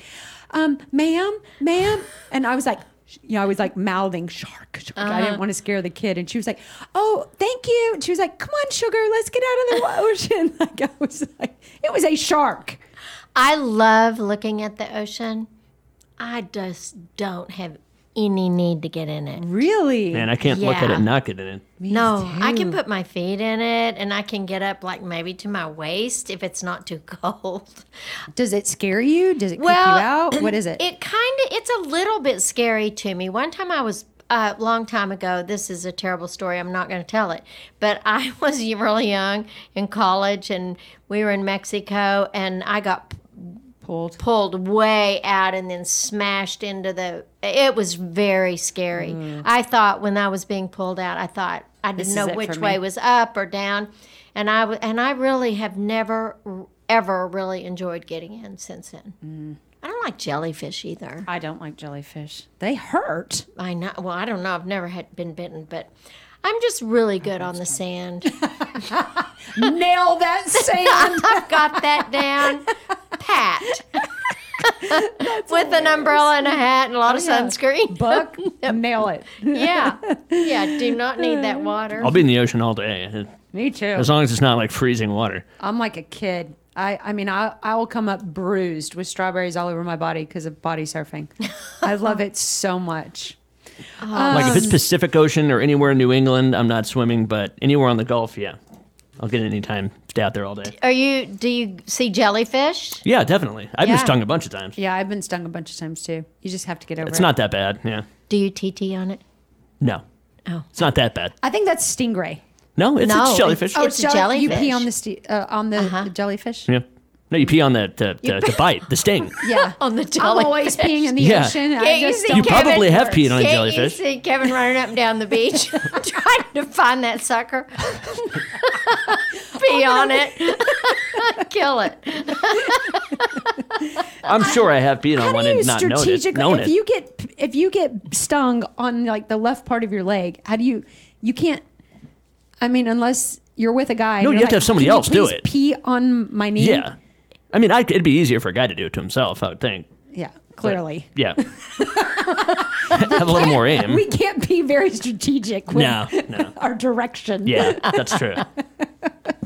Speaker 1: um, "Ma'am, ma'am," and I was like, sh- you know, I was like mouthing shark. shark. I didn't want to scare the kid, and she was like, "Oh, thank you." And she was like, "Come on, sugar, let's get out of the ocean." Like I was like, it was a shark.
Speaker 2: I love looking at the ocean. I just don't have any need to get in it.
Speaker 1: Really?
Speaker 3: Man, I can't look at
Speaker 2: Yeah.
Speaker 3: it and not get in it.
Speaker 2: no, I can put my feet in it and I can get up like maybe to my waist if it's not too cold.
Speaker 1: Does it scare you? Does it
Speaker 2: Well,
Speaker 1: creep you out? What is it?
Speaker 2: It kind of it's a little bit scary to me. One time I was a long time ago. This is a terrible story. I'm not going to tell it. But I was really young in college and we were in Mexico and I got
Speaker 1: Pulled.
Speaker 2: pulled way out and then smashed into the it was very scary i thought when i was being pulled out i thought i didn't
Speaker 1: Mm. is
Speaker 2: know
Speaker 1: it
Speaker 2: which
Speaker 1: for
Speaker 2: way
Speaker 1: me.
Speaker 2: was up or down and i w- and i really have never r- ever really enjoyed getting in since then
Speaker 1: Mm.
Speaker 2: i don't like jellyfish either
Speaker 1: I don't like jellyfish. They hurt.
Speaker 2: i know well i don't know i've never had been bitten but i'm just
Speaker 1: Oh,
Speaker 2: really good on the sand
Speaker 1: Nail that sand.
Speaker 2: I've got that down pat with an umbrella and a hat and a lot of
Speaker 1: Oh, yeah.
Speaker 2: sunscreen
Speaker 1: Buck, nail it.
Speaker 2: yeah yeah do not need that water
Speaker 3: I'll be in the ocean all day,
Speaker 1: Me too.
Speaker 3: as long as it's not like freezing water.
Speaker 1: I'm like a kid. I, I mean, I, I will come up bruised with strawberries all over my body because of body surfing. I love it so much.
Speaker 3: like
Speaker 1: Um.
Speaker 3: if it's Pacific Ocean or anywhere in New England, I'm not swimming, but anywhere on the Gulf, yeah, I'll get it anytime. Stay out there all day.
Speaker 2: are you do you see jellyfish
Speaker 3: Yeah, definitely. I've
Speaker 2: Yeah.
Speaker 3: been stung a bunch of times.
Speaker 1: Yeah, I've been stung a bunch of times too. You just have to get over
Speaker 3: It's
Speaker 1: it.
Speaker 3: not that bad. Yeah,
Speaker 2: do you tt on it
Speaker 3: no,
Speaker 2: Oh.
Speaker 3: it's not that bad.
Speaker 1: I think that's stingray. Oh,
Speaker 3: No, it's,
Speaker 2: No,
Speaker 3: it's jellyfish.
Speaker 2: it's-
Speaker 1: jelly- You pee
Speaker 2: jellyfish. Uh-huh.
Speaker 1: on the sti- uh, on the, the jellyfish.
Speaker 3: yeah, no, you pee on the the, the, the bite, the sting.
Speaker 1: Yeah,
Speaker 2: on the
Speaker 1: I'm
Speaker 2: jellyfish
Speaker 1: always peeing in the
Speaker 3: Yeah.
Speaker 1: ocean. I
Speaker 2: Can't you
Speaker 1: just
Speaker 2: see
Speaker 1: don't-
Speaker 3: You probably have
Speaker 2: Kevin-
Speaker 3: peed on a
Speaker 2: can't
Speaker 3: jellyfish.
Speaker 2: You see Kevin running up and down the beach trying to find that sucker. Pee
Speaker 1: Oh,
Speaker 2: on it. Kill it.
Speaker 3: I'm sure I have peed on
Speaker 1: How
Speaker 3: one
Speaker 1: do you
Speaker 3: and not known it.
Speaker 1: strategically?
Speaker 3: Known
Speaker 1: if
Speaker 3: it.
Speaker 1: you get if you get stung on like the left part of your leg, how do you? You can't. I mean, unless you're with a guy. and
Speaker 3: No,
Speaker 1: you're
Speaker 3: you have to
Speaker 1: like,
Speaker 3: have somebody
Speaker 1: "Can you
Speaker 3: else do
Speaker 1: please
Speaker 3: it."
Speaker 1: Pee on my knee.
Speaker 3: yeah, I mean, I, it'd be easier for a guy to do it to himself. I would think.
Speaker 1: Yeah,
Speaker 3: but-
Speaker 1: clearly.
Speaker 3: yeah. have a little more aim.
Speaker 1: We can't be very strategic with
Speaker 3: No, no.
Speaker 1: our direction.
Speaker 3: Yeah, that's true.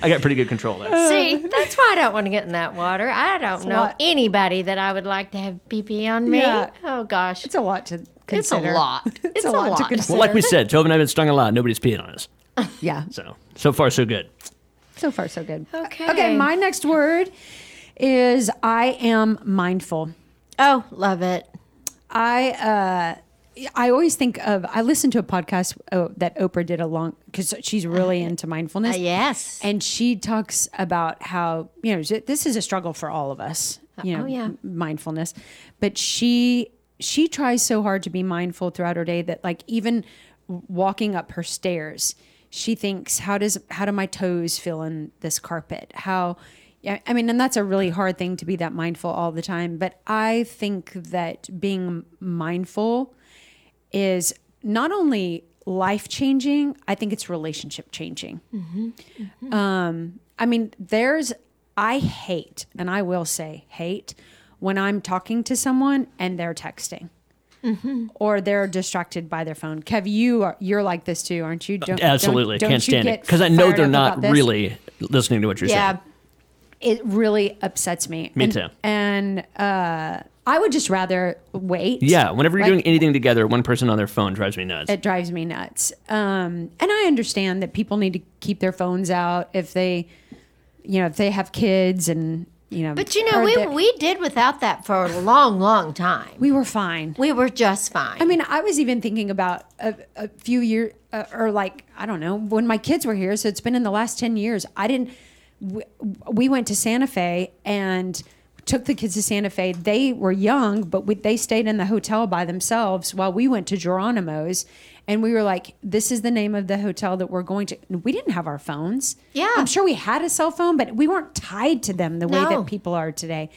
Speaker 3: I got pretty good control there.
Speaker 2: See, that's why I don't want to get in that water. I don't know
Speaker 1: lot.
Speaker 2: anybody that I would like to have pee pee on me.
Speaker 1: Yeah.
Speaker 2: Oh gosh.
Speaker 1: It's a lot to consider.
Speaker 2: It's a lot. It's a lot.
Speaker 1: to consider.
Speaker 3: Well, like we said, Tove and I have been stung a lot. Nobody's peed on us.
Speaker 1: yeah.
Speaker 3: So, so far, so good.
Speaker 1: So far, so good.
Speaker 2: Okay.
Speaker 1: Okay, my next word is I am mindful.
Speaker 2: Oh, love it.
Speaker 1: I uh, I always think of I listened to a podcast oh, that Oprah did a long because she's really into mindfulness.
Speaker 2: Uh, yes.
Speaker 1: and she talks about how you know this is a struggle for all of us. You know,
Speaker 2: yeah.
Speaker 1: mindfulness, but she she tries so hard to be mindful throughout her day that like even walking up her stairs, she thinks, how does how do my toes feel in this carpet? How yeah, I mean, and that's a really hard thing to be that mindful all the time. But I think that being mindful is not only life changing, I think it's relationship changing. Um, I mean, there's, I hate, and I will say hate, when I'm talking to someone and they're texting. Or they're distracted by their phone. Kev, you are you're like this too, aren't you? Don't,
Speaker 3: Absolutely,
Speaker 1: don't-
Speaker 3: can't
Speaker 1: don't you
Speaker 3: stand it
Speaker 1: get
Speaker 3: because I know
Speaker 1: fired
Speaker 3: they're
Speaker 1: up
Speaker 3: not
Speaker 1: about this?
Speaker 3: really listening to what you're
Speaker 2: Yeah.
Speaker 3: saying.
Speaker 1: It really upsets me.
Speaker 3: Me
Speaker 1: and,
Speaker 3: too.
Speaker 1: And uh, I would just rather wait.
Speaker 3: Yeah, whenever you're
Speaker 1: Like-
Speaker 3: doing anything together, one person on their phone drives me nuts.
Speaker 1: it drives me nuts. Um, and I understand that people need to keep their phones out if they, you know, if they have kids and you know.
Speaker 2: But you know,
Speaker 1: or
Speaker 2: we,
Speaker 1: that-
Speaker 2: we did without that for a long, long time.
Speaker 1: we were fine.
Speaker 2: We were just fine.
Speaker 1: I mean, I was even thinking about a, a few years, uh, or like I don't know, when my kids were here. So it's been in the last ten years. I didn't. We, we went to Santa Fe and took the kids to Santa Fe. They were young, but we, they stayed in the hotel by themselves while we went to Geronimo's. And we were like, "This is the name of the hotel that we're going to." We didn't have our phones.
Speaker 2: Yeah.
Speaker 1: I'm sure we had a cell phone, but we weren't tied to them the way
Speaker 2: No.
Speaker 1: that people are today.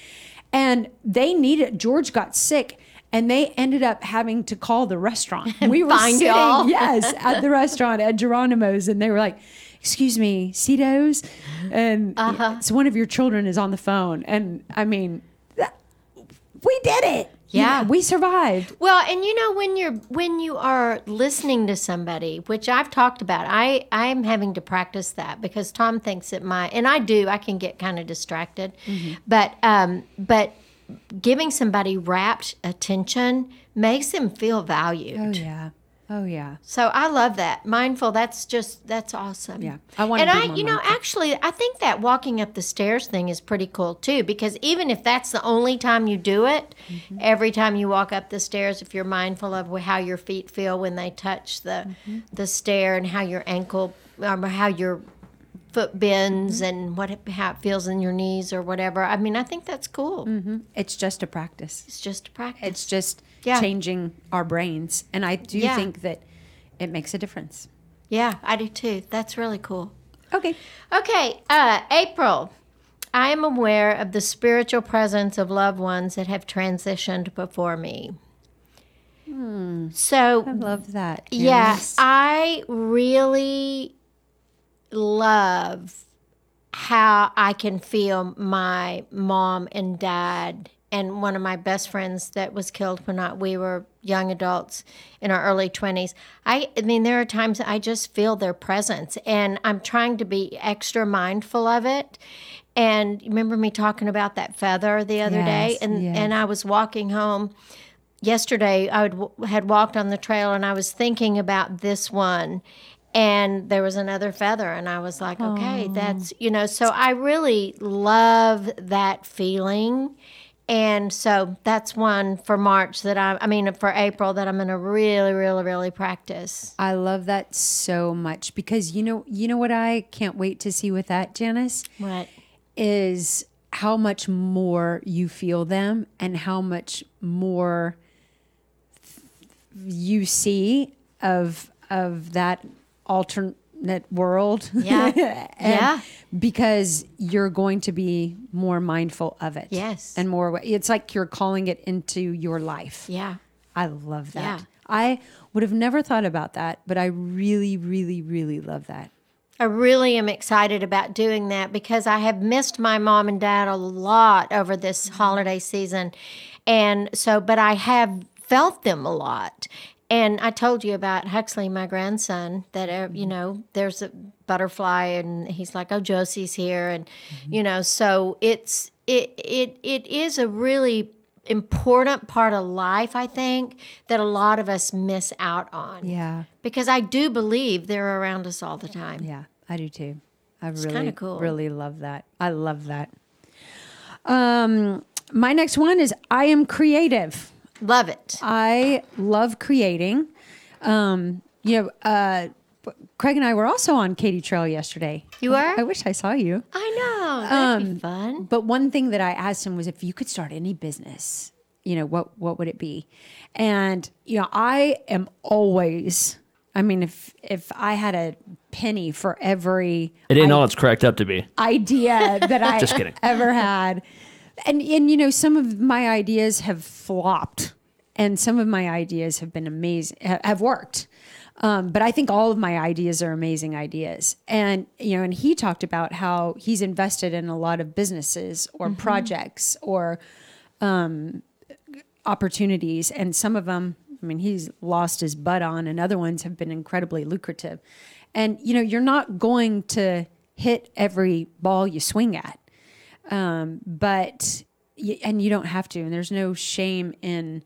Speaker 1: And they needed George got sick and they ended up having to call the restaurant. we were
Speaker 2: find
Speaker 1: sitting,
Speaker 2: y'all.
Speaker 1: yes, at the restaurant at Geronimo's and they were like, "Excuse me, Cito's?" And
Speaker 2: Uh-huh.
Speaker 1: so one of your children is on the phone and I mean, that- we did it. You
Speaker 2: Yeah.
Speaker 1: know, we survived.
Speaker 2: Well, and you know when you're when you are listening to somebody, which I've talked about, I I'm having to practice that because Tom thinks that my and I do I can get kind of distracted,
Speaker 1: Mm-hmm.
Speaker 2: but um but giving somebody rapt attention makes them feel valued.
Speaker 1: Oh yeah. Oh yeah.
Speaker 2: So I love that mindful. That's just that's awesome.
Speaker 1: Yeah. I wanna
Speaker 2: And
Speaker 1: be
Speaker 2: I,
Speaker 1: more
Speaker 2: you know,
Speaker 1: mindful.
Speaker 2: actually, I think that walking up the stairs thing is pretty cool too, because even if that's the only time you do it,
Speaker 1: Mm-hmm.
Speaker 2: every time you walk up the stairs, if you're mindful of how your feet feel when they touch the
Speaker 1: Mm-hmm.
Speaker 2: the stair and how your ankle um, how your foot
Speaker 1: Mm-hmm.
Speaker 2: bends and what it, how it feels in your knees or whatever. I mean, I think that's cool.
Speaker 1: It's just a practice.
Speaker 2: It's just a practice.
Speaker 1: Mm. It's just
Speaker 2: Yeah.
Speaker 1: changing our brains. And I do
Speaker 2: Yeah.
Speaker 1: think that it makes a difference.
Speaker 2: yeah, I do too. That's really cool.
Speaker 1: Okay.
Speaker 2: Okay, uh, April. I am aware of the spiritual presence of loved ones that have transitioned before me. So,
Speaker 1: Love that.
Speaker 2: yes, I really love how I can feel my mom and dad and one of my best friends that was killed when I, we were young adults in our early 20s. I, I mean, there are times I just feel their presence and I'm trying to be extra mindful of it. And remember me talking about that feather the other day?
Speaker 1: Yes,
Speaker 2: And,
Speaker 1: yes.
Speaker 2: and I was walking home yesterday I would, had walked on the trail and I was thinking about this one and there was another feather and I was like, okay, that's, you know, so I really love that feeling. And so that's one for March that I, I mean, for April that I'm going to really, really, really practice.
Speaker 1: I love that so much because you know you know what I can't wait to see with that Janice
Speaker 2: What?
Speaker 1: is how much more you feel them and how much more you see of of that alternate world.
Speaker 2: Yeah.
Speaker 1: And
Speaker 2: Yeah.
Speaker 1: Because you're going to be more mindful of it.
Speaker 2: Yes.
Speaker 1: And more it's like you're calling it into your life.
Speaker 2: Yeah.
Speaker 1: I love that.
Speaker 2: Yeah.
Speaker 1: I would have never thought about that, but I really, really, really love that.
Speaker 2: I really am excited about doing that because I have missed my mom and dad a lot over this holiday season. And so, but I have felt them a lot. And I told you about Huxley, my grandson, that, uh, you know, there's a butterfly and he's like, oh, Josie's here. And, you know, so it's, it, it, it is a really important part of life, I think, that a lot of us miss out on.
Speaker 1: Yeah.
Speaker 2: Because I do believe they're around us all the time.
Speaker 1: Yeah. I do too. I really,
Speaker 2: kinda cool.
Speaker 1: really love that. I love that. Um, my next one is I am creative.
Speaker 2: Love it.
Speaker 1: I love creating. Um, you know, uh, Craig and I were also on Katie Trail yesterday.
Speaker 2: You were?
Speaker 1: I Um, wish I saw you.
Speaker 2: I know. That'd be fun.
Speaker 1: But one thing that I asked him was if you could start any business, you know what what would it be and you know i am always i mean if if i had a penny for every
Speaker 3: It ain't all it's cracked up to be.
Speaker 1: idea that I
Speaker 3: Just kidding.
Speaker 1: ever had. And and you know, some of my ideas have flopped, and some of my ideas have been amazing, ha- have worked. Um, but I think all of my ideas are amazing ideas. And you know, and he talked about how he's invested in a lot of businesses or projects or opportunities and some of them i mean he's lost his butt on and other ones have been incredibly lucrative and you know you're not going to hit every ball you swing at um, but y- and you don't have to and there's no shame in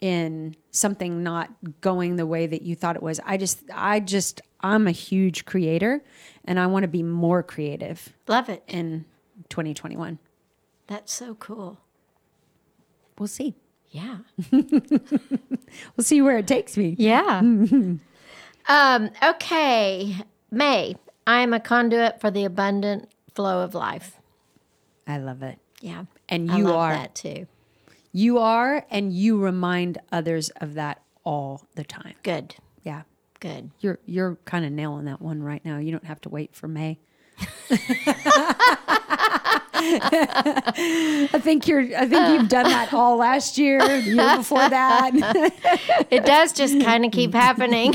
Speaker 1: in something not going the way that you thought it was i just i just i'm a huge creator and i want to be more creative
Speaker 2: Love it.
Speaker 1: in 2021
Speaker 2: That's so cool.
Speaker 1: we'll see
Speaker 2: Yeah.
Speaker 1: we'll see where it takes me
Speaker 2: Yeah. um, okay. May, I am a conduit for the abundant flow of life.
Speaker 1: i love it
Speaker 2: Yeah.
Speaker 1: And
Speaker 2: I
Speaker 1: you
Speaker 2: love
Speaker 1: are.
Speaker 2: that too.
Speaker 1: You are, and you remind others of that all the time.
Speaker 2: Good.
Speaker 1: Yeah,
Speaker 2: Good.
Speaker 1: you're you're kind of nailing that one right now. You don't have to wait for May. I think you're. I think you've done that all last year, the year before that.
Speaker 2: It does just kind of keep happening.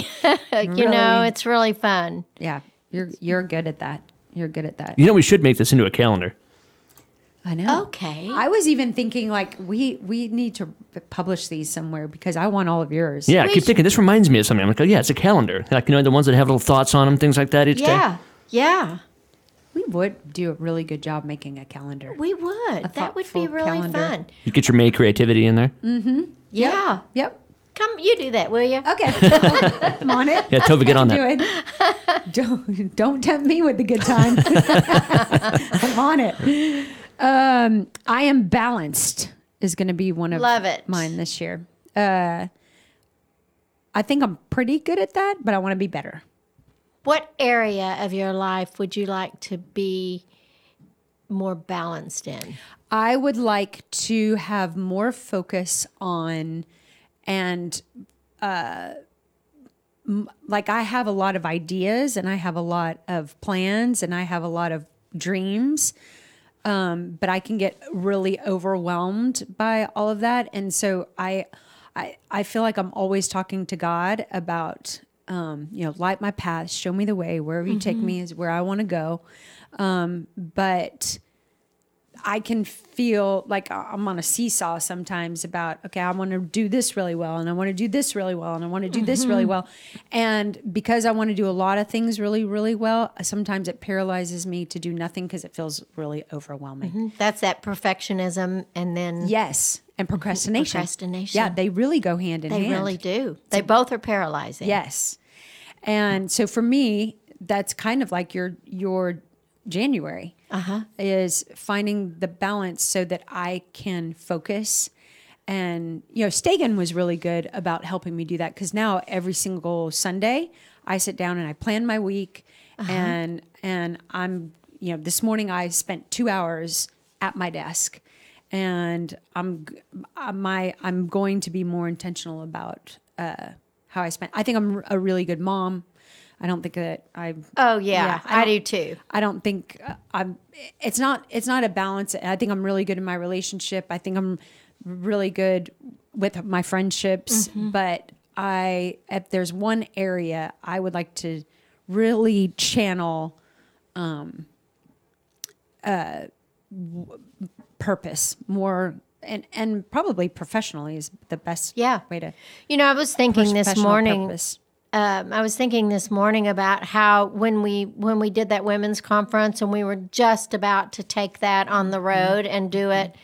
Speaker 2: you know,
Speaker 1: Really.
Speaker 2: it's really fun.
Speaker 1: yeah, you're you're good at that. You're good at that.
Speaker 3: You know, we should make this into a calendar.
Speaker 1: I know.
Speaker 2: Okay.
Speaker 1: I was even thinking like we we need to publish these somewhere because I want all of yours.
Speaker 3: Yeah, I
Speaker 2: We
Speaker 3: keep
Speaker 2: should-
Speaker 3: thinking this reminds me of something. I'm like, oh, yeah, it's a calendar. Like you know, the ones that have little thoughts on them, things like that each
Speaker 2: yeah.
Speaker 3: day.
Speaker 2: Yeah.
Speaker 1: we would do a really good job making a calendar.
Speaker 2: We would. that would be
Speaker 1: thoughtful
Speaker 2: really
Speaker 1: calendar.
Speaker 2: fun.
Speaker 3: You get your May creativity in there.
Speaker 2: Yeah.
Speaker 1: Yep.
Speaker 2: Come, you do that, will you?
Speaker 1: Okay. I'm on it.
Speaker 3: Yeah, Tova, get on that.
Speaker 1: do it. don't don't tempt me with the good time. I'm on it. Um, I am balanced is going to be one of
Speaker 2: Love it.
Speaker 1: mine this year. Uh, I think I'm pretty good at that, but I want to be better.
Speaker 2: What area of your life would you like to be more balanced in?
Speaker 1: I would like to have more focus on and uh m- like I have a lot of ideas and I have a lot of plans and I have a lot of dreams um but I can get really overwhelmed by all of that and so I I I feel like I'm always talking to God about um you know light my path show me the way wherever you take me is where I want to go um but I can feel like I'm on a seesaw sometimes about, okay, I want to do this really well and I want to do this really well and I want to do this
Speaker 2: Mm-hmm.
Speaker 1: really well. And because I want to do a lot of things really, really well, uh, sometimes it paralyzes me to do nothing because it feels really overwhelming.
Speaker 2: That's that perfectionism and then
Speaker 1: Yes. And procrastination.
Speaker 2: Mm-hmm. Procrastination.
Speaker 1: Yeah, they really go hand in
Speaker 2: they
Speaker 1: hand.
Speaker 2: really do. They both are paralyzing.
Speaker 1: Yes. And so for me, that's kind of like your your January is finding the balance so that I can focus. And you know, Stegan was really good about helping me do that because now every single Sunday I sit down and I plan my week, and and I'm you know this morning I spent two hours at my desk, and I'm g- uh, my I'm going to be more intentional about uh, how I spent. I think I'm a really good mom. I don't think that I.
Speaker 2: Oh yeah,
Speaker 1: Yeah, I
Speaker 2: I, do
Speaker 1: don't-
Speaker 2: too.
Speaker 1: I don't think uh, I'm. It's not. It's not a balance. I think I'm really good in my relationship. I think I'm really good with my friendships.
Speaker 2: Mm-hmm.
Speaker 1: But I, if there's one area I would like to really channel, um, uh, w- purpose more, and and probably professionally is the best.
Speaker 2: Yeah.
Speaker 1: way to
Speaker 2: You know, I was thinking this
Speaker 1: professional
Speaker 2: morning.
Speaker 1: purpose.
Speaker 2: um, I was thinking this morning about how when we when we did that women's conference and we were just about to take that on
Speaker 1: Mm-hmm.
Speaker 2: the road and do it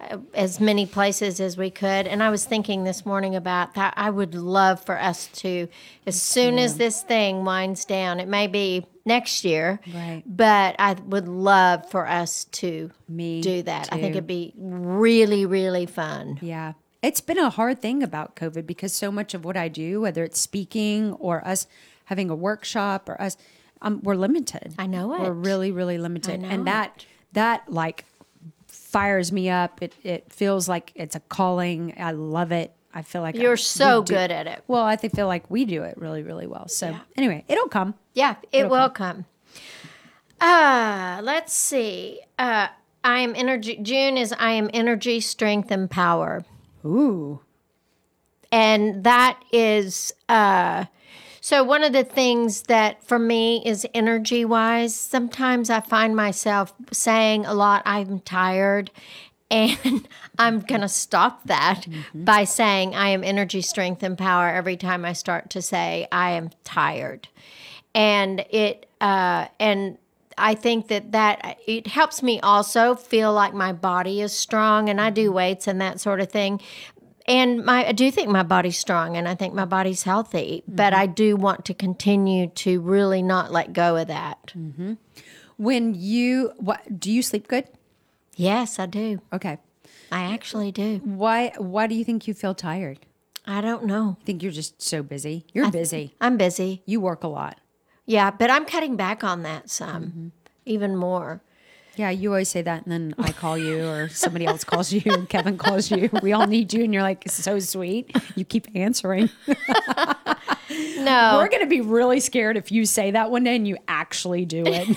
Speaker 2: uh, as many places as we could and I was thinking this morning about that I would love for us to as soon as this thing winds down it may be next year
Speaker 1: Right.
Speaker 2: but I would love for us to
Speaker 1: Me
Speaker 2: do that I think
Speaker 1: too.
Speaker 2: it'd be really really fun
Speaker 1: Yeah. It's been a hard thing about COVID because so much of what I do, whether it's speaking or us having a workshop or us, um, we're limited.
Speaker 2: I know it.
Speaker 1: We're really, really limited.
Speaker 2: know
Speaker 1: and that, that like fires me up. It it feels like it's a calling. I love it. I feel like
Speaker 2: You're
Speaker 1: I-
Speaker 2: so
Speaker 1: we do-
Speaker 2: good at it.
Speaker 1: Well, I think feel like we do it really really well. So
Speaker 2: Yeah.
Speaker 1: anyway, it'll come.
Speaker 2: Yeah, it will come. Uh, let's see. Uh, I am energy. June is I am energy, strength, and power.
Speaker 1: Ooh.
Speaker 2: and that is uh so one of the things that for me is energy wise sometimes i find myself saying a lot i'm tired and i'm gonna stop that by saying i am energy strength and power every time i start to say i am tired and it uh and I think that that it helps me also feel like my body is strong and I do weights and that sort of thing. And my I do think my body's strong and I think my body's healthy, but I do want to continue to really not let go of that.
Speaker 1: When you what do you sleep good?
Speaker 2: Yes, I do.
Speaker 1: Okay.
Speaker 2: I actually do.
Speaker 1: Why why do you think you feel tired?
Speaker 2: I don't know.
Speaker 1: I think you're just so busy. You're busy.
Speaker 2: I'm busy.
Speaker 1: You work a lot.
Speaker 2: Yeah, but I'm cutting back on that some, even more.
Speaker 1: Yeah, you always say that, and then I call you, or somebody else calls you, and Kevin calls you. We all need you, and you're like so sweet. You keep answering.
Speaker 2: No,
Speaker 1: We're gonna be really scared if you say that one day and you actually do it.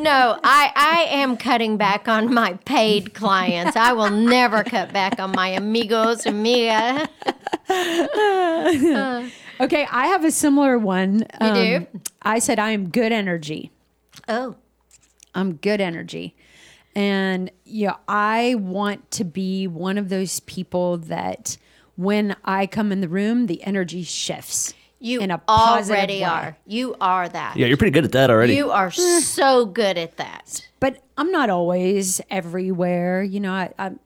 Speaker 2: no, I, I am cutting back on my paid clients. I will never cut back on my amigos, amiga.
Speaker 1: okay, I have a similar one. You
Speaker 2: do?
Speaker 1: I said I am good energy.
Speaker 2: Oh,
Speaker 1: I'm good energy. And yeah, I want to be one of those people that when I come in the room, the energy shifts.
Speaker 2: you
Speaker 1: in a positive
Speaker 2: already
Speaker 1: way.
Speaker 2: are. You are that.
Speaker 3: Yeah, you're pretty good at that already.
Speaker 2: You are so good at that.
Speaker 1: But I'm not always everywhere. You know, I, I'm,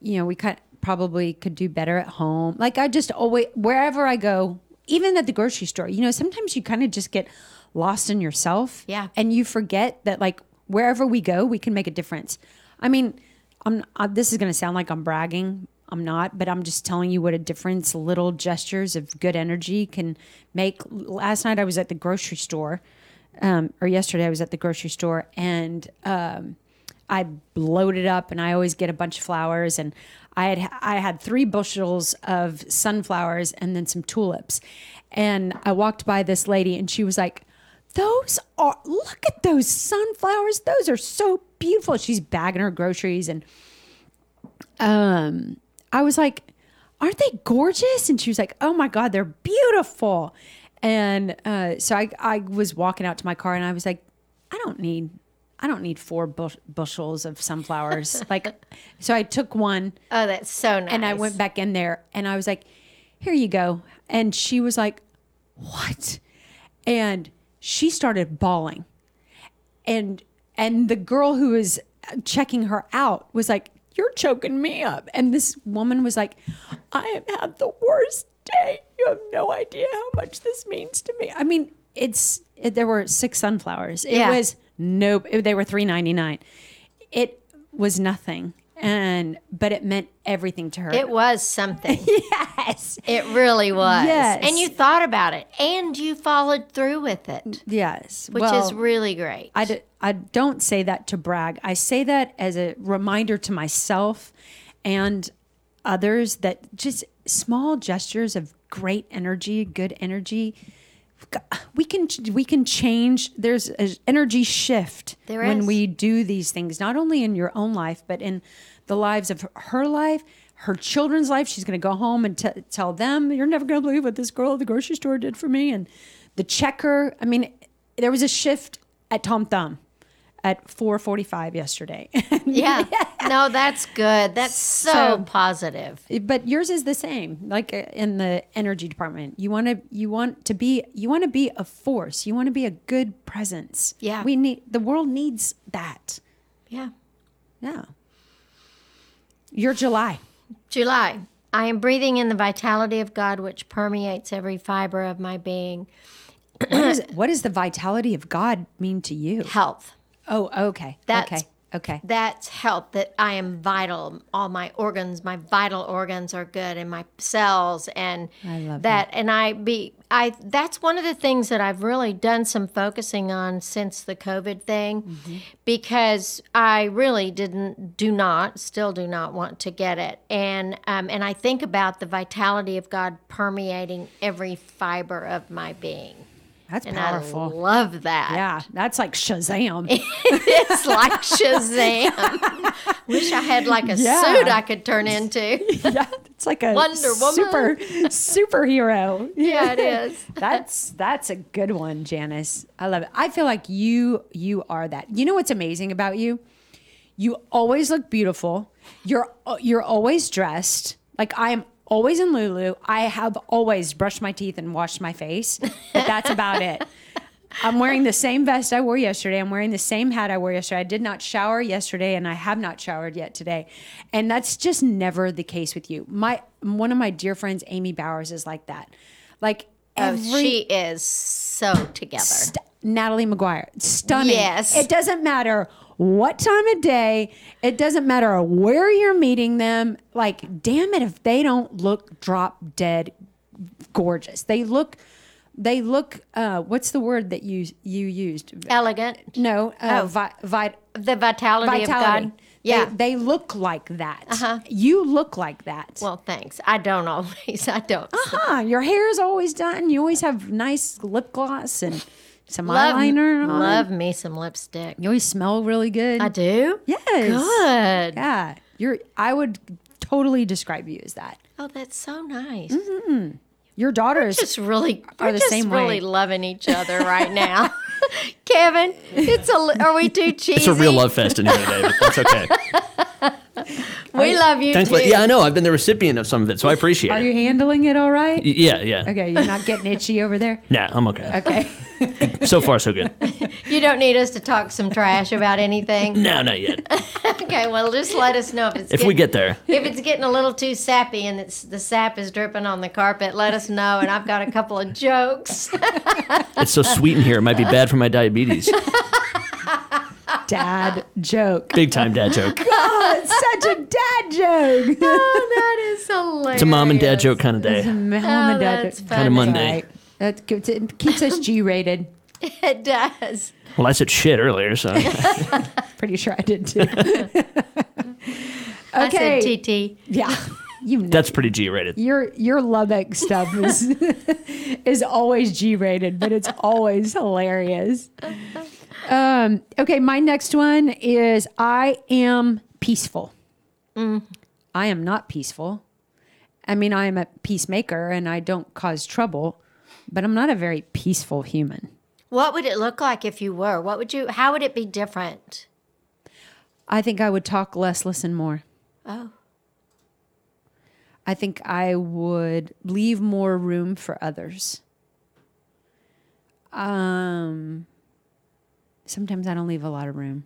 Speaker 1: you know, we kind probably could do better at home. Like I just always wherever I go, even at the grocery store. You know, sometimes you kind of just get lost in yourself.
Speaker 2: Yeah.
Speaker 1: and you forget that like wherever we go, we can make a difference. I mean, I'm uh, this is going to sound like I'm bragging. I'm not, but I'm just telling you what a difference little gestures of good energy can make. Last night I was at the grocery store, um, or yesterday I was at the grocery store, and um, I bloated up, and I always get a bunch of flowers, and I had I had three bushels of sunflowers and then some tulips, and I walked by this lady, and she was like, those are look at those sunflowers those are so beautiful she's bagging her groceries and um i was like aren't they gorgeous and she was like oh my god they're beautiful and uh, so I, I was walking out to my car and i was like i don't need i don't need four bush- bushels of sunflowers like so i took one
Speaker 2: Oh, that's so nice.
Speaker 1: and I went back in there and I was like, here you go. And she was like, what? And she started bawling. And and the girl who was checking her out was like, you're choking me up. And this woman was like, I have had the worst day. You have no idea how much this means to me. I mean, it's it, there were six sunflowers. It
Speaker 2: Yeah.
Speaker 1: was nope. It- they were three ninety nine. It was nothing, and but it meant everything to her.
Speaker 2: It was something.
Speaker 1: yes.
Speaker 2: It really was.
Speaker 1: Yes.
Speaker 2: And you thought about it and you followed through with it,
Speaker 1: Yes.
Speaker 2: which
Speaker 1: well,
Speaker 2: is really great.
Speaker 1: I, d- I don't say that to brag. I say that as a reminder to myself and others that just small gestures of great energy, good energy, g- we can we can change. There's an energy shift
Speaker 2: There
Speaker 1: when
Speaker 2: is.
Speaker 1: we do these things, not only in your own life but in the lives of her life. Her children's life. She's going to go home and t- tell them, "You're never going to believe what this girl at the grocery store did for me." And the checker. I mean, there was a shift at Tom Thumb at 4:45 yesterday.
Speaker 2: yeah. No, that's good. That's so,
Speaker 1: So-
Speaker 2: positive.
Speaker 1: but yours is the same. Like uh, in the energy department, you want to you want to be you want to be a force. You want to be a good presence.
Speaker 2: Yeah.
Speaker 1: we need the world needs that.
Speaker 2: Yeah.
Speaker 1: Yeah. You're July.
Speaker 2: July. I am breathing in the vitality of God, which permeates every fiber of my being.
Speaker 1: What, is, what does the vitality of God mean to you?
Speaker 2: Health.
Speaker 1: Oh, okay.
Speaker 2: That's
Speaker 1: okay. Okay.
Speaker 2: that's health that i am vital all my organs my vital organs are good and my cells and
Speaker 1: I love
Speaker 2: and i be i that's one of the things that i've really done some focusing on since the covid thing
Speaker 1: Mm-hmm.
Speaker 2: because i really didn't do not still do not want to get it and um, and i think about the vitality of god permeating every fiber of my being
Speaker 1: That's
Speaker 2: and i
Speaker 1: powerful.
Speaker 2: love that
Speaker 1: Yeah. That's like Shazam.
Speaker 2: it's like Shazam. Wish I had like a
Speaker 1: Yeah.
Speaker 2: suit I could turn into.
Speaker 1: yeah. It's like a
Speaker 2: Wonder Woman.
Speaker 1: super superhero.
Speaker 2: Yeah, it is.
Speaker 1: that's that's a good one, Janice. I love it. I feel like you you are that. You know what's amazing about you? You always look beautiful. You're you're always dressed. Like I am always in Lulu. I have always brushed my teeth and washed my face, but that's about it. I'm wearing the same vest I wore yesterday. I'm wearing the same hat I wore yesterday. I did not shower yesterday and I have not showered yet today. And that's just never the case with you. My one of my dear friends Amy Bowers is like that. Like
Speaker 2: Oh,
Speaker 1: every
Speaker 2: she is so together.
Speaker 1: st- Natalie McGuire. Stunning.
Speaker 2: Yes.
Speaker 1: It doesn't matter what time of day, it doesn't matter where you're meeting them. Like, damn it, if they don't look drop dead gorgeous. They look they look uh what's the word that you you used?
Speaker 2: Elegant.
Speaker 1: No, uh,
Speaker 2: Oh.
Speaker 1: vi- vi-
Speaker 2: The vitality,
Speaker 1: vitality.
Speaker 2: of God. Yeah. Uh-huh.
Speaker 1: They, they look like that. You look like that.
Speaker 2: well, thanks. I don't always. I don't.
Speaker 1: Ah, your hair is always done. You always have nice lip gloss and some
Speaker 2: Love,
Speaker 1: eyeliner. on.
Speaker 2: love me some lipstick.
Speaker 1: You always smell really good.
Speaker 2: I do?
Speaker 1: Yes.
Speaker 2: Good.
Speaker 1: Yeah. You're I would totally describe you as that.
Speaker 2: Oh, that's so nice.
Speaker 1: Your daughters
Speaker 2: Just really,
Speaker 1: Mm-hmm. Are
Speaker 2: we're
Speaker 1: the
Speaker 2: just
Speaker 1: same way.
Speaker 2: really loving each other right now. Kevin, it's a. li- Are we too cheesy?
Speaker 3: It's a real love fest in here today, but that's okay.
Speaker 2: We love you
Speaker 3: Thankfully,
Speaker 2: too.
Speaker 3: yeah, I know. I've been the recipient of some of it, so I appreciate
Speaker 1: are
Speaker 3: it.
Speaker 1: you handling it all right?
Speaker 3: Y- yeah, yeah.
Speaker 1: Okay, you're not getting itchy over there.
Speaker 3: Nah, I'm okay.
Speaker 1: Okay.
Speaker 3: So far, so good.
Speaker 2: You don't need us to talk some trash about anything.
Speaker 3: No, not yet.
Speaker 2: Okay, well, just let us know if it's
Speaker 3: If we get there,
Speaker 2: if it's getting a little too sappy and it's the sap is dripping on the carpet. Let us know, and I've got a couple of jokes.
Speaker 3: it's so sweet in here. It might be bad for my diabetes.
Speaker 1: Dad joke.
Speaker 3: Big time dad joke.
Speaker 1: Oh, it's such a dad joke.
Speaker 2: oh, that is hilarious.
Speaker 3: It's a mom and dad joke kind of day.
Speaker 1: Mom
Speaker 2: Oh,
Speaker 1: and dad
Speaker 2: that's
Speaker 1: joke.
Speaker 2: funny. Kinda
Speaker 3: Monday.
Speaker 1: All right. That keeps, it keeps us G rated.
Speaker 2: It does.
Speaker 3: Well, I said shit earlier, so
Speaker 1: Pretty sure I did too.
Speaker 2: I said
Speaker 1: Okay.
Speaker 2: TT.
Speaker 1: yeah. You know.
Speaker 3: that's pretty G rated.
Speaker 1: your your Lubbock stuff is is always G rated, but it's always hilarious. Um, okay, my next one is I am peaceful. I am not peaceful. I mean, I am a peacemaker and I don't cause trouble, but I'm not a very peaceful human.
Speaker 2: What would it look like if you were? What would you? How would it be different?
Speaker 1: I think I would talk less, listen more.
Speaker 2: Oh,
Speaker 1: I think I would leave more room for others. Um, sometimes I don't leave a lot of room.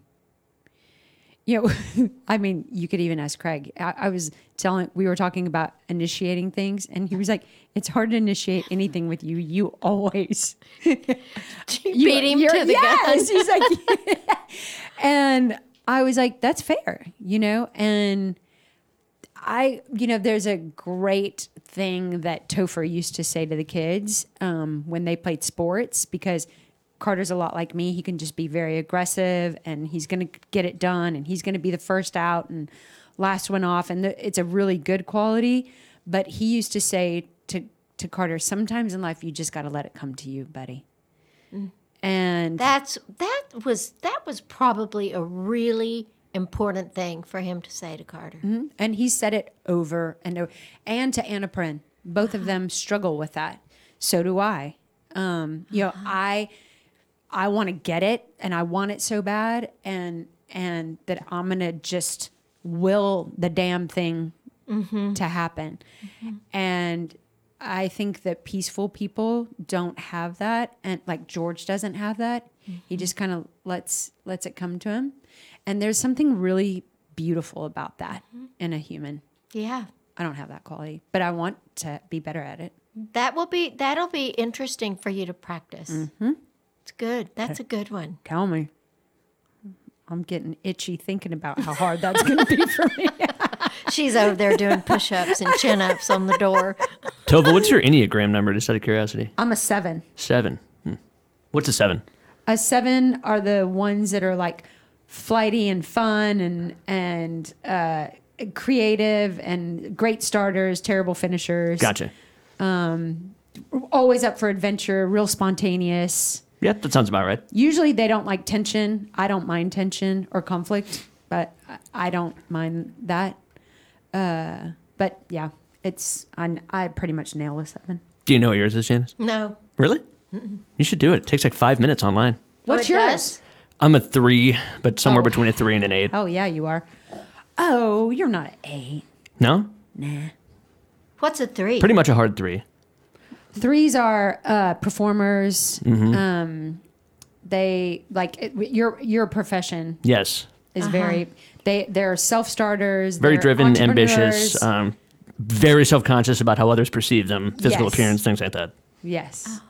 Speaker 1: You know, I mean, you could even ask Craig. I, I was telling, we were talking about initiating things, and he was like, "It's hard to initiate anything with you. You always."
Speaker 2: you,
Speaker 1: You-
Speaker 2: beat him
Speaker 1: you're-
Speaker 2: to the gun.
Speaker 1: yes. He's like, and I was like, that's fair, you know? And I, you know, there's a great thing that Topher used to say to the kids um, when they played sports because Carter's a lot like me. He can just be very aggressive and he's going to get it done and he's going to be the first out and last one off. And the, it's a really good quality. But he used to say to, to Carter, sometimes in life, you just got to let it come to you, buddy.
Speaker 2: Mm.
Speaker 1: And
Speaker 2: That's that was that was probably a really important thing for him to say to Carter.
Speaker 1: And he said it over and over. And to Anna Prin, both of them struggle with that. So do I. Um, you know, I I want to get it and I want it so bad and and that I'm gonna just will the damn thing to happen. And I think that peaceful people don't have that and like George doesn't have that. He just kind of lets lets it come to him. And there's something really beautiful about that in a human.
Speaker 2: Yeah.
Speaker 1: I don't have that quality, but I want to be better at it.
Speaker 2: That will be that'll be interesting Mm-hmm. for you to practice. It's good. That's a good one.
Speaker 1: Tell me. I'm getting itchy thinking about how hard that's going to be for me.
Speaker 2: She's over there doing push ups and chin ups on the door.
Speaker 3: Tova, what's your Enneagram number, just out of curiosity?
Speaker 1: I'm a seven.
Speaker 3: Seven. Hmm. What's a seven?
Speaker 1: A Uh, seven are the ones that are like flighty and fun and and uh, creative and great starters, terrible finishers.
Speaker 3: Gotcha.
Speaker 1: Always up for adventure, real spontaneous.
Speaker 3: Yeah, that sounds about right.
Speaker 1: Usually they don't like tension. I don't mind tension or conflict, but I- I don't mind that. Uh, but yeah, it's i I pretty much nail a seven.
Speaker 2: Oh,
Speaker 3: Do you know what yours is, Janice?
Speaker 2: No.
Speaker 3: Really? You should do it. It takes like five minutes online.
Speaker 1: What's
Speaker 2: it
Speaker 1: yours?
Speaker 2: does?
Speaker 3: I'm a three, but somewhere
Speaker 1: Oh.
Speaker 3: between a three and an eight.
Speaker 1: Oh yeah, you are. Oh, you're not an eight.
Speaker 3: No?
Speaker 2: What's a three?
Speaker 3: Pretty much a hard three.
Speaker 1: Threes are uh, performers.
Speaker 3: Mm-hmm.
Speaker 1: Um, they like it, your your profession
Speaker 3: Yes.
Speaker 1: is very. They they're self starters.
Speaker 3: Very driven, ambitious, um, very self conscious about how others perceive them, physical
Speaker 1: Yes.
Speaker 3: appearance, things like that.
Speaker 1: yes,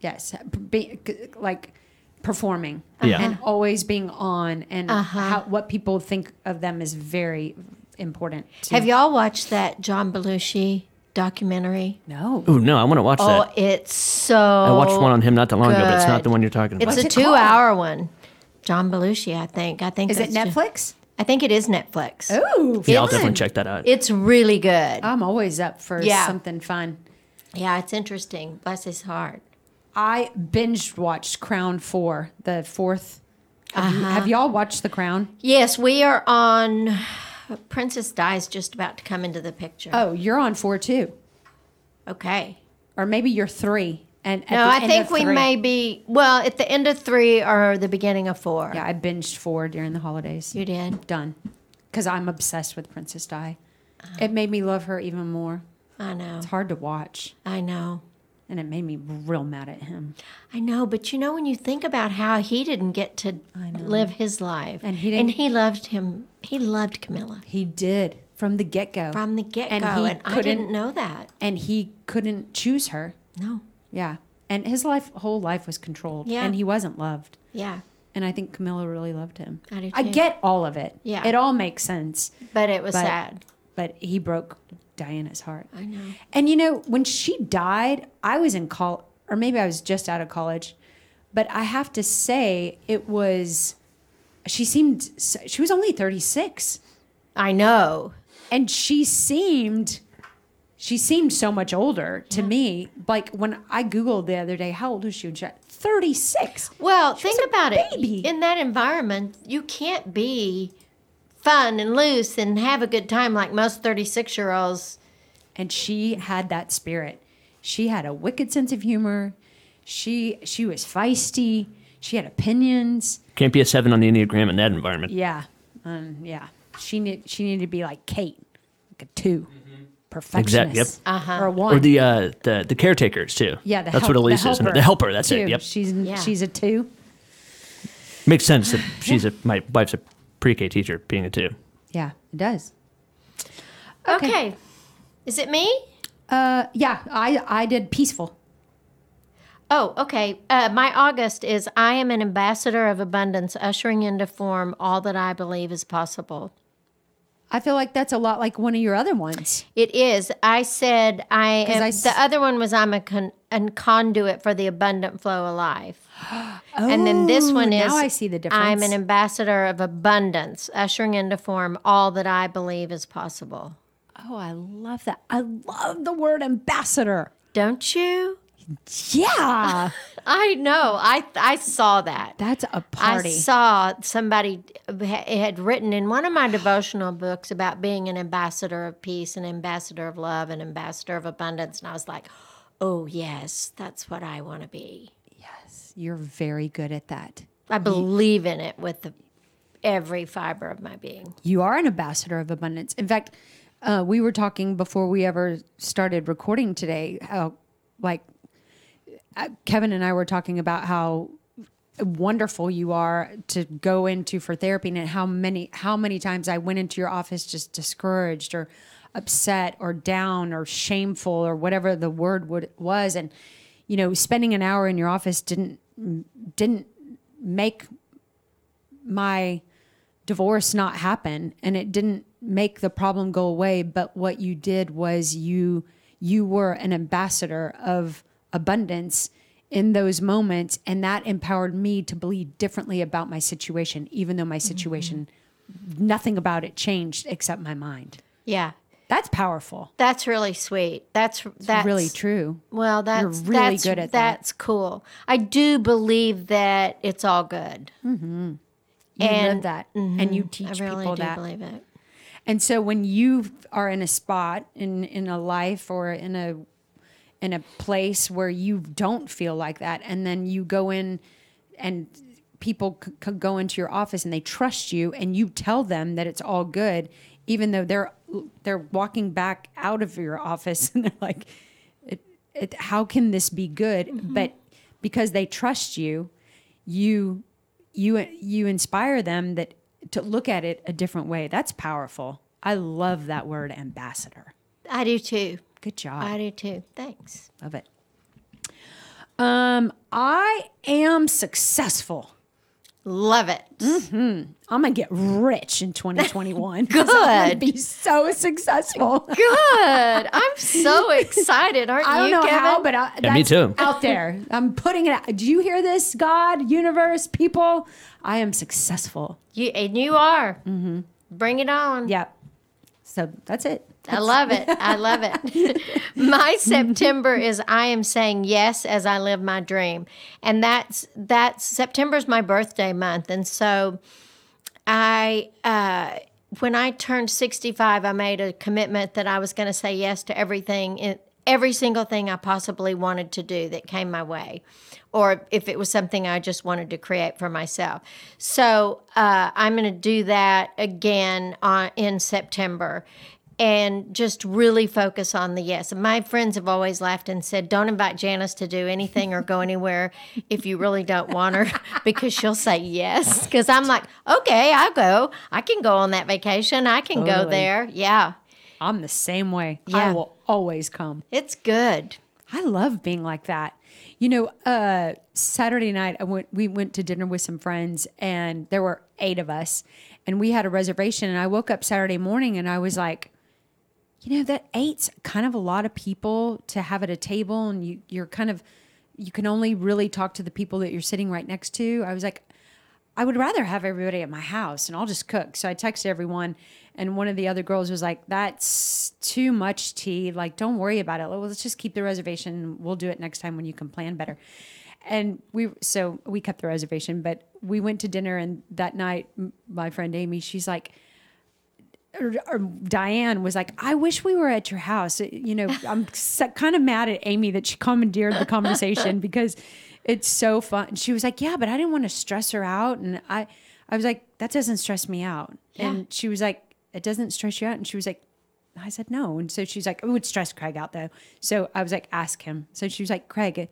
Speaker 1: yes, Be, c- like performing
Speaker 3: Yeah.
Speaker 1: and always being on and how, what people think of them is very important. To,
Speaker 2: Have y'all watched that John Belushi documentary?
Speaker 1: no,
Speaker 3: Ooh, no, I want to watch
Speaker 2: Oh,
Speaker 3: that.
Speaker 2: it's so.
Speaker 3: I
Speaker 1: Oh,
Speaker 3: watched one on him not that long ago, but it's not
Speaker 2: good.
Speaker 3: the one you're talking about.
Speaker 2: It's a
Speaker 1: it called?
Speaker 2: two-hour one. John Belushi, I think. I think
Speaker 1: is it
Speaker 2: that's ju-
Speaker 1: Netflix?
Speaker 2: I think it is Netflix.
Speaker 1: Oh,
Speaker 3: yeah, I'll definitely check that out.
Speaker 2: It's really good.
Speaker 1: I'm always up for
Speaker 2: Yeah.
Speaker 1: something fun.
Speaker 2: yeah, it's interesting. Bless his heart.
Speaker 1: I binge watched Crown Four, the fourth. Have,
Speaker 2: Uh-huh.
Speaker 1: you, have y'all watched The Crown?
Speaker 2: Yes, we are on. Princess Di's just about to come into the picture.
Speaker 1: Oh, you're on four too,
Speaker 2: okay.
Speaker 1: or maybe you're three. And at the
Speaker 2: No, I
Speaker 1: end
Speaker 2: think
Speaker 1: of
Speaker 2: we
Speaker 1: three-
Speaker 2: may be. Well, at the end of three or the beginning of four.
Speaker 1: Yeah, I binged four during the holidays.
Speaker 2: You did.
Speaker 1: Done, because I'm obsessed with Princess Di.
Speaker 2: Uh-huh.
Speaker 1: It made me love her even more.
Speaker 2: I know.
Speaker 1: It's hard to watch,
Speaker 2: I know.
Speaker 1: and it made me real mad at him.
Speaker 2: I know, but you know when you think about how he didn't get to live his life,
Speaker 1: And he
Speaker 2: and
Speaker 1: didn't-
Speaker 2: he loved him. He loved Camilla
Speaker 1: He did from the get go,
Speaker 2: from the get go,
Speaker 1: And
Speaker 2: and,
Speaker 1: he
Speaker 2: I
Speaker 1: couldn't-
Speaker 2: didn't know that.
Speaker 1: and he couldn't choose her.
Speaker 2: No,
Speaker 1: Yeah, and his life, whole life was controlled.
Speaker 2: Yeah.
Speaker 1: and he wasn't loved.
Speaker 2: yeah,
Speaker 1: And I think Camilla really loved him.
Speaker 2: I do, too.
Speaker 1: get all of it.
Speaker 2: Yeah.
Speaker 1: It all makes sense.
Speaker 2: but it was
Speaker 1: But-
Speaker 2: sad.
Speaker 1: But he broke Diana's heart.
Speaker 2: I know.
Speaker 1: And you know, when she died, I was in col or maybe I was just out of college. But I have to say it was she seemed s- she was only 36
Speaker 2: I know.
Speaker 1: and she seemed she seemed so much older to me. Like when I googled the other day, how old was she? when she died? 36.
Speaker 2: Well,
Speaker 1: was
Speaker 2: think
Speaker 1: a
Speaker 2: about
Speaker 1: baby.
Speaker 2: it. In that environment, you can't be fun and loose and have a good time like most thirty-six-year-olds.
Speaker 1: and she had that spirit. She had a wicked sense of humor. She she was feisty. She had opinions.
Speaker 3: Can't be a seven on the Enneagram in that environment.
Speaker 1: Yeah, um, yeah. She need, she needed to be like Kate, like a 2 perfectionist,
Speaker 3: Exact- yep.
Speaker 1: or a one.
Speaker 3: Or the uh, the the caretakers too.
Speaker 1: yeah, the
Speaker 3: that's
Speaker 1: help-
Speaker 3: what Elise is. isn't it? The helper. That's
Speaker 1: Two.
Speaker 3: it. Yep.
Speaker 1: She's
Speaker 2: Yeah.
Speaker 1: she's a two.
Speaker 3: Makes sense that she's a my wife's a pre-K teacher, being a two.
Speaker 1: Yeah, it does.
Speaker 2: Okay. is it me?
Speaker 1: Uh, yeah, I I did peaceful.
Speaker 2: Oh, okay. Uh, my August is I am an ambassador of abundance, ushering into form all that I believe is possible.
Speaker 1: I feel like that's a lot like one of your other ones.
Speaker 2: It is. I said I am.
Speaker 1: I s-
Speaker 2: the other one was I'm a, con- an conduit for the abundant flow of life. and then this one
Speaker 1: Oh,
Speaker 2: is
Speaker 1: now I see the difference.
Speaker 2: I'm an ambassador of abundance, ushering into form all that I believe is possible.
Speaker 1: Oh, I love that. I love the word ambassador.
Speaker 2: Don't you?
Speaker 1: Yeah,
Speaker 2: I know. I I saw that.
Speaker 1: that's a party.
Speaker 2: I saw somebody had written in one of my devotional books about being an ambassador of peace, an ambassador of love, an ambassador of abundance, and I was like, "Oh yes, that's what I want to be.
Speaker 1: You're very good at that.
Speaker 2: I believe in it with the, every fiber of my being."
Speaker 1: You are an ambassador of abundance. In fact, uh, we were talking before we ever started recording today. How, like, uh, Kevin and I were talking about how wonderful you are to go into for therapy, and how many how many times I went into your office just discouraged or upset or down or shameful or whatever the word would, was, and you know, spending an hour in your office didn't didn't make my divorce not happen and it didn't make the problem go away but what you did was you you were an ambassador of abundance in those moments and that empowered me to believe differently about my situation even though my
Speaker 2: Mm-hmm.
Speaker 1: situation nothing about it changed except my mind
Speaker 2: Yeah.
Speaker 1: that's powerful
Speaker 2: That's really sweet. That's that's
Speaker 1: really true
Speaker 2: Well, that's
Speaker 1: really
Speaker 2: that's,
Speaker 1: good at that.
Speaker 2: that's cool. I do believe that it's all good.
Speaker 1: you live
Speaker 2: And- mm-hmm.
Speaker 1: that and you
Speaker 2: I
Speaker 1: teach
Speaker 2: really
Speaker 1: people
Speaker 2: do
Speaker 1: that
Speaker 2: believe it.
Speaker 1: And so when you are in a spot in in a life or in a in a place where you don't feel like that and then you go in and people c- c- go into your office and they trust you and you tell them that it's all good even though they're they're walking back out of your office and they're like it, it, how can this be good but because they trust you you you you inspire them that to look at it a different way. That's powerful. I love that word ambassador.
Speaker 2: I do too.
Speaker 1: Good job.
Speaker 2: I do too. Thanks.
Speaker 1: love it. Um, I am successful.
Speaker 2: Love it.
Speaker 1: I'm gonna get rich in 2021.
Speaker 2: Good.
Speaker 1: I'm gonna be so successful.
Speaker 2: Good. I'm so excited, aren't
Speaker 1: I don't
Speaker 2: you,
Speaker 1: know
Speaker 2: Kevin?
Speaker 1: how, but I,
Speaker 3: Yeah, me
Speaker 1: that's
Speaker 3: too.
Speaker 1: Out there, I'm putting it. out. Do you hear this, God, universe, people? I am successful.
Speaker 2: you and you are. Mm-hmm. Bring it on.
Speaker 1: Yep. So that's it.
Speaker 2: I love it. I love it. my September is I am saying yes as I live my dream. And that's that's September's my birthday month. And so I uh when I turned 65, I made a commitment that I was going to say yes to everything in every single thing I possibly wanted to do that came my way or if it was something I just wanted to create for myself. So, uh, I'm going to do that again on, in September and just really focus on the yes. And my friends have always laughed and said, "Don't invite Janice to do anything or go anywhere if you really don't want her, because she'll say yes." Because I'm like, "Okay, I'll go. I can go on that vacation. I can go
Speaker 1: Totally.
Speaker 2: there. Yeah,
Speaker 1: I'm the same way. I
Speaker 2: Yeah.
Speaker 1: will always come.
Speaker 2: it's good.
Speaker 1: I love being like that. You know, uh, Saturday night I went. We went to dinner with some friends, and there were eight of us, and we had a reservation. And I woke up Saturday morning, and I was like, you know, that eight's kind of a lot of people to have at a table, and you you're kind of you can only really talk to the people that you're sitting right next to. I was like, I would rather have everybody at my house and I'll just cook. So I texted everyone, and one of the other girls was like, That's too much tea. Like, don't worry about it. Well, Let's just keep the reservation. We'll do it next time when you can plan better. And we, so we kept the reservation, but we went to dinner, and that night, m- my friend Amy, she's like, or, or Diane was like, I wish we were at your house. It- You know, I'm so, kind of mad at Amy that she commandeered the conversation because it's so fun. And she was like, Yeah, but I didn't want to stress her out. And I, I was like, That doesn't stress me out. And she was like, It doesn't stress you out. And she was like, I said no. And so she's like, it would stress Craig out though. So I was like, ask him. So she was like, Craig,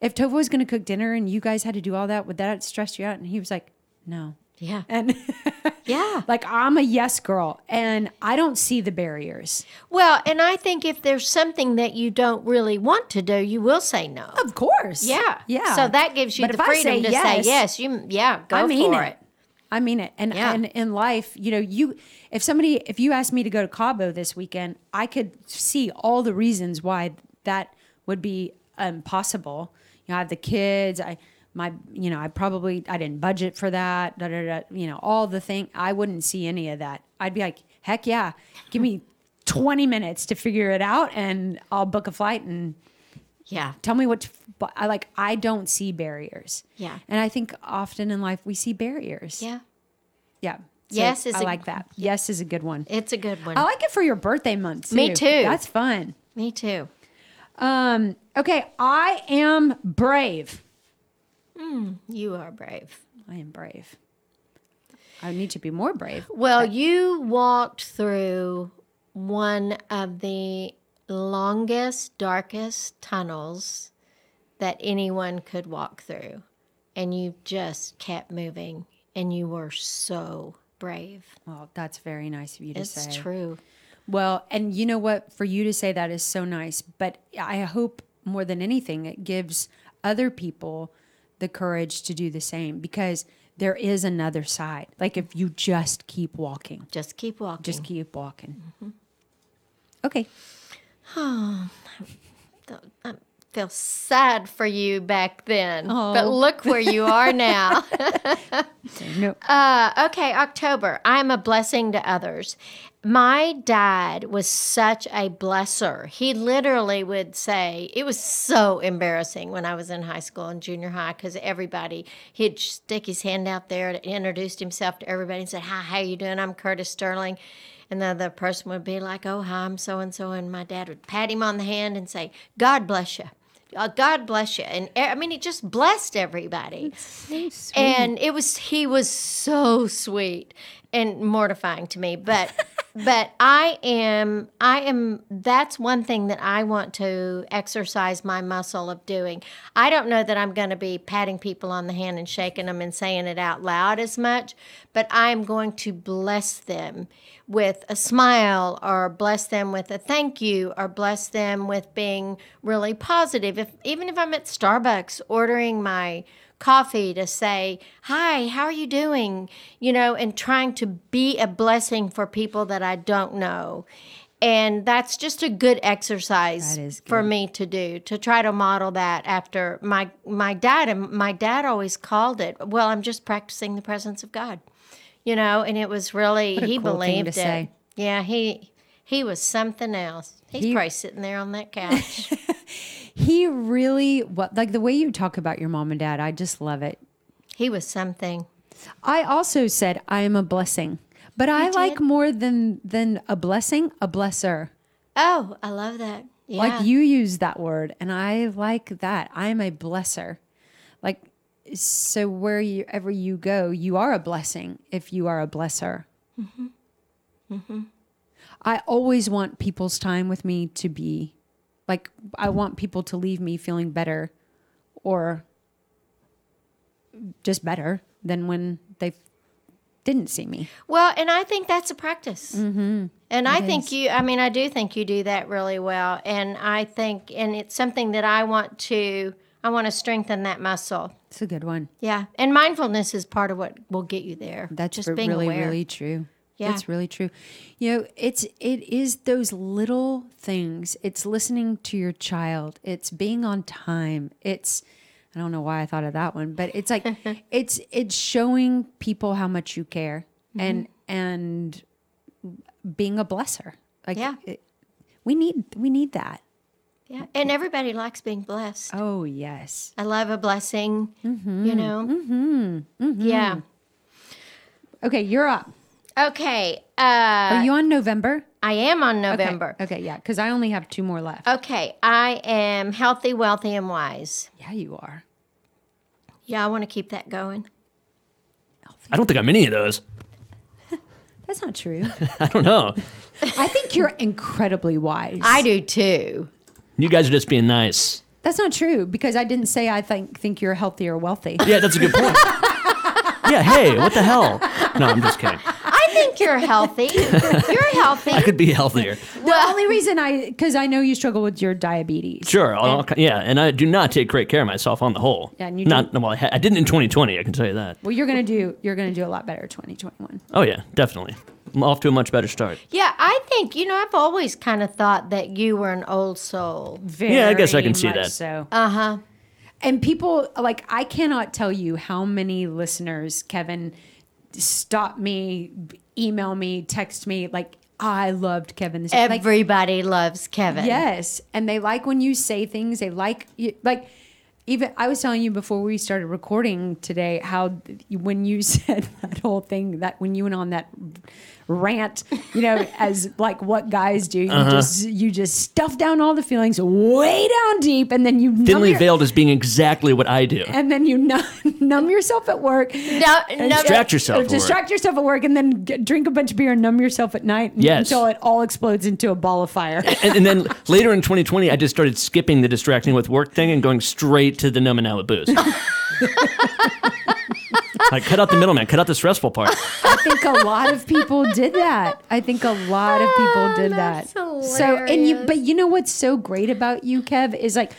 Speaker 1: if Tova was going to cook dinner and you guys had to do all that, would that stress you out? And he was like, no.
Speaker 2: Yeah,
Speaker 1: And
Speaker 2: yeah."
Speaker 1: like, I'm a yes girl and I don't see the barriers.
Speaker 2: Well, and I think if there's something that you don't really want to do, you will say no.
Speaker 1: Of course.
Speaker 2: Yeah,
Speaker 1: Yeah.
Speaker 2: So that gives you
Speaker 1: But
Speaker 2: the
Speaker 1: if I
Speaker 2: freedom
Speaker 1: say
Speaker 2: to say
Speaker 1: yes,
Speaker 2: yes. You, yeah, go
Speaker 1: I mean
Speaker 2: for
Speaker 1: it. I mean it. And,
Speaker 2: Yeah.
Speaker 1: and in life, you know, you if somebody if you asked me to go to Cabo this weekend, I could see all the reasons why that would be impossible. You know, I have the kids, I my you know, I probably I didn't budget for that, da, da, da, you know, all the thing. I wouldn't see any of that. I'd be like, heck yeah, give me 20 minutes to figure it out and I'll book a flight and
Speaker 2: Yeah,
Speaker 1: tell me what to, but I like I don't see barriers.
Speaker 2: Yeah.
Speaker 1: And I think often in life we see barriers.
Speaker 2: yeah.
Speaker 1: Yeah.
Speaker 2: Yes is
Speaker 1: I
Speaker 2: a-
Speaker 1: like that. Yes is a good one.
Speaker 2: It's a good one.
Speaker 1: I like it for your birthday month. Too.
Speaker 2: Me too.
Speaker 1: That's fun.
Speaker 2: Me too.
Speaker 1: Um, okay, I am brave.
Speaker 2: You are brave.
Speaker 1: I am brave. I need to be more brave.
Speaker 2: Well, you walked through one of the longest, darkest tunnels that anyone could walk through. And you just kept moving. And you were so brave.
Speaker 1: Well, that's very nice of you to
Speaker 2: It's
Speaker 1: say.
Speaker 2: true.
Speaker 1: Well, and you know what? For you to say that is so nice, but I hope more than anything, it gives other people the courage to do the same because there is another side. Like if you just keep walking,
Speaker 2: Just keep walking.
Speaker 1: just keep walking. Okay.
Speaker 2: feel sad for you back then, but
Speaker 1: Oh.
Speaker 2: look where you are now.
Speaker 1: No.
Speaker 2: Uh, okay, October. I am a blessing to others. My dad was such a blesser. He literally would say, it was so embarrassing when I was in high school and junior high because everybody, he'd stick his hand out there and introduced himself to everybody and said, Hi, how you doing? I'm Curtis Sterling. And the other person would be like, Oh, hi, I'm so and so. And my dad would pat him on the hand and say, God bless you. Uh, God bless you. And e- I mean, he just blessed everybody. And it was he was so sweet and mortifying to me, but but I am I am that's one thing that I want to exercise my muscle of doing. I don't know that I'm going to be patting people on the hand and shaking them and saying it out loud as much, but I am going to bless them with a smile or bless them with a thank you or bless them with being really positive. If even if I'm at Starbucks ordering my coffee to say, Hi, how are you doing? You know, and trying to be a blessing for people that I don't know. And that's just a good exercise
Speaker 1: That is
Speaker 2: for me to do to try to model that after my my dad and my dad always called it well I'm just practicing the presence of God you know and it was really
Speaker 1: a
Speaker 2: he
Speaker 1: cool thing to
Speaker 2: believed it
Speaker 1: say.
Speaker 2: yeah he he was something else he's
Speaker 1: He-
Speaker 2: probably sitting there on that couch
Speaker 1: He really what like the way you talk about your mom and dad. I just love it.
Speaker 2: he was something
Speaker 1: I also said I am a blessing, but I like more than than a blessing, a blesser.
Speaker 2: oh I love that yeah
Speaker 1: Like you use that word, and I like that. I am a blesser. Like so, wherever you go, you are a blessing if you are a blesser. Mm-hmm. I always want people's time with me to be like I want people to leave me feeling better or just better than when they didn't see me.
Speaker 2: Well, and I think that's a practice. Mm-hmm. And I think you, I mean, I do think you do that really well. And I think, and it's something that I want to, I want to strengthen that muscle.
Speaker 1: It's a good one.
Speaker 2: Yeah. And mindfulness is part of what will get you there.
Speaker 1: That's
Speaker 2: just
Speaker 1: re-
Speaker 2: being
Speaker 1: really,
Speaker 2: aware.
Speaker 1: really true.
Speaker 2: Yeah.
Speaker 1: It's really true. You know, it's it is those little things. It's listening to your child. It's being on time. It's I don't know why I thought of that one, but it's like it's it's showing people how much you care
Speaker 2: Mm-hmm.
Speaker 1: and and being a blesser. Like
Speaker 2: Yeah.
Speaker 1: it- we need we need that.
Speaker 2: yeah. And everybody likes being blessed.
Speaker 1: Oh yes.
Speaker 2: I love a blessing, you know? Mm-hmm. Yeah.
Speaker 1: Okay, you're up.
Speaker 2: Okay. Uh,
Speaker 1: Are you on November?
Speaker 2: I am on
Speaker 1: Okay.
Speaker 2: November. Uh,
Speaker 1: Okay, yeah, because I only have two more left.
Speaker 2: okay. I am healthy, wealthy, and wise.
Speaker 1: Yeah, you are.
Speaker 2: Yeah. I want to keep that going.
Speaker 3: I don't think I'm any of those.
Speaker 1: That's not true.
Speaker 3: I don't know.
Speaker 1: I think you're incredibly wise.
Speaker 2: I do too.
Speaker 3: You guys are just being nice.
Speaker 1: That's not true because I didn't say I think think you're healthy or wealthy.
Speaker 3: Yeah, that's a good point. yeah, hey, what the hell? No, I'm just kidding.
Speaker 2: I think you're healthy. you're
Speaker 3: I
Speaker 2: healthy.
Speaker 3: could be healthier.
Speaker 1: the only reason I because I know you struggle with your diabetes.
Speaker 3: Sure. I'll, yeah, and I do not take great care of myself on the whole.
Speaker 1: Yeah, and you
Speaker 3: not well. I, ha- I didn't in 2020. I can tell you that.
Speaker 1: Well, you're gonna do you're gonna do a lot better 2021.
Speaker 3: Oh yeah, definitely. I'm off to a much better start.
Speaker 2: Yeah, I think, you know, I've always kind of thought that you were an old soul.
Speaker 1: Very
Speaker 3: I guess I can see
Speaker 1: much
Speaker 3: that.
Speaker 1: So
Speaker 2: Uh huh.
Speaker 1: and people like I cannot tell you how many listeners Kevin stop me, email me, text me like I loved Kevin. This like,
Speaker 2: Everybody loves Kevin.
Speaker 1: Yes, and they like when you say things. They like you, like even I was telling you before we started recording today how th- when you said that whole thing that when you went on that rant, you know, as like what guys do, you
Speaker 3: Uh-huh.
Speaker 1: just you just stuff down all the feelings way down deep, and then you numb
Speaker 3: Thinly
Speaker 1: your,
Speaker 3: veiled as being exactly what I do.
Speaker 1: and then you numb, numb yourself at work.
Speaker 2: No, no,
Speaker 3: Distract yourself. at work.
Speaker 1: Distract yourself at work and then get, drink a bunch of beer and numb yourself at night
Speaker 3: Yes.
Speaker 1: until it all explodes into a ball of fire.
Speaker 3: and, and then later in 2020, I just started skipping the distracting with work thing and going straight to the numbing out with booze. I cut out the middleman, cut out the stressful part.
Speaker 1: I think a lot of people did that. I think a lot of people did
Speaker 2: Oh, that's
Speaker 1: that. So and you
Speaker 2: hilarious.
Speaker 1: but you know what's so great about you, Kev, is like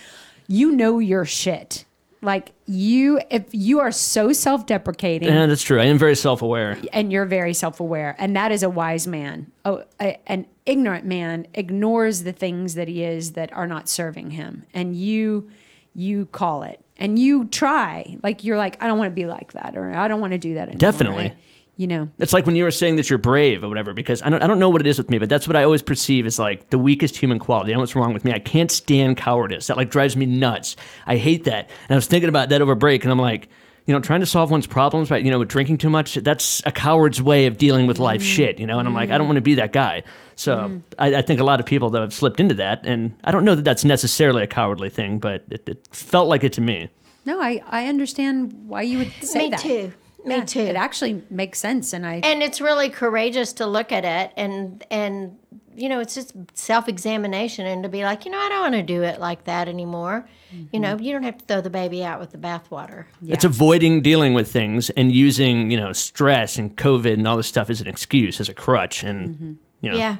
Speaker 1: you know your shit. Like you, if you are so self-deprecating
Speaker 3: Yeah, that's true. I am very self aware.
Speaker 1: and you're very self-aware, and that is a wise man. Oh, a, an ignorant man ignores the things that he is that are not serving him, and you, you call it, and you try. Like you're like, I don't want to be like that, or I don't want to do that anymore.
Speaker 3: Definitely.
Speaker 1: right? You know,
Speaker 3: It's like when you were saying that you're brave or whatever, because I don't, I don't know what it is with me, but that's what I always perceive as like the weakest human quality. I know what's wrong with me. I can't stand cowardice. That like drives me nuts. I hate that. And I was thinking about that over break, and I'm like, you know, trying to solve one's problems by, you know, drinking too much, that's a coward's way of dealing with life shit, you know? And I'm like, I don't want to be that guy. So I, I think a lot of people that have slipped into that, and I don't know that that's necessarily a cowardly thing, but it, it felt like it to me.
Speaker 1: no, I I understand why you would say
Speaker 2: Me
Speaker 1: that.
Speaker 2: too. Me
Speaker 1: Yeah,
Speaker 2: too.
Speaker 1: It actually makes sense, and I
Speaker 2: and it's really courageous to look at it and and you know it's just self-examination and to be like you know i don't want to do it like that anymore you know you don't have to throw the baby out with the bathwater
Speaker 3: It's avoiding dealing with things and using, you know, stress and COVID and all this stuff as an excuse, as a crutch. And, you know,
Speaker 2: yeah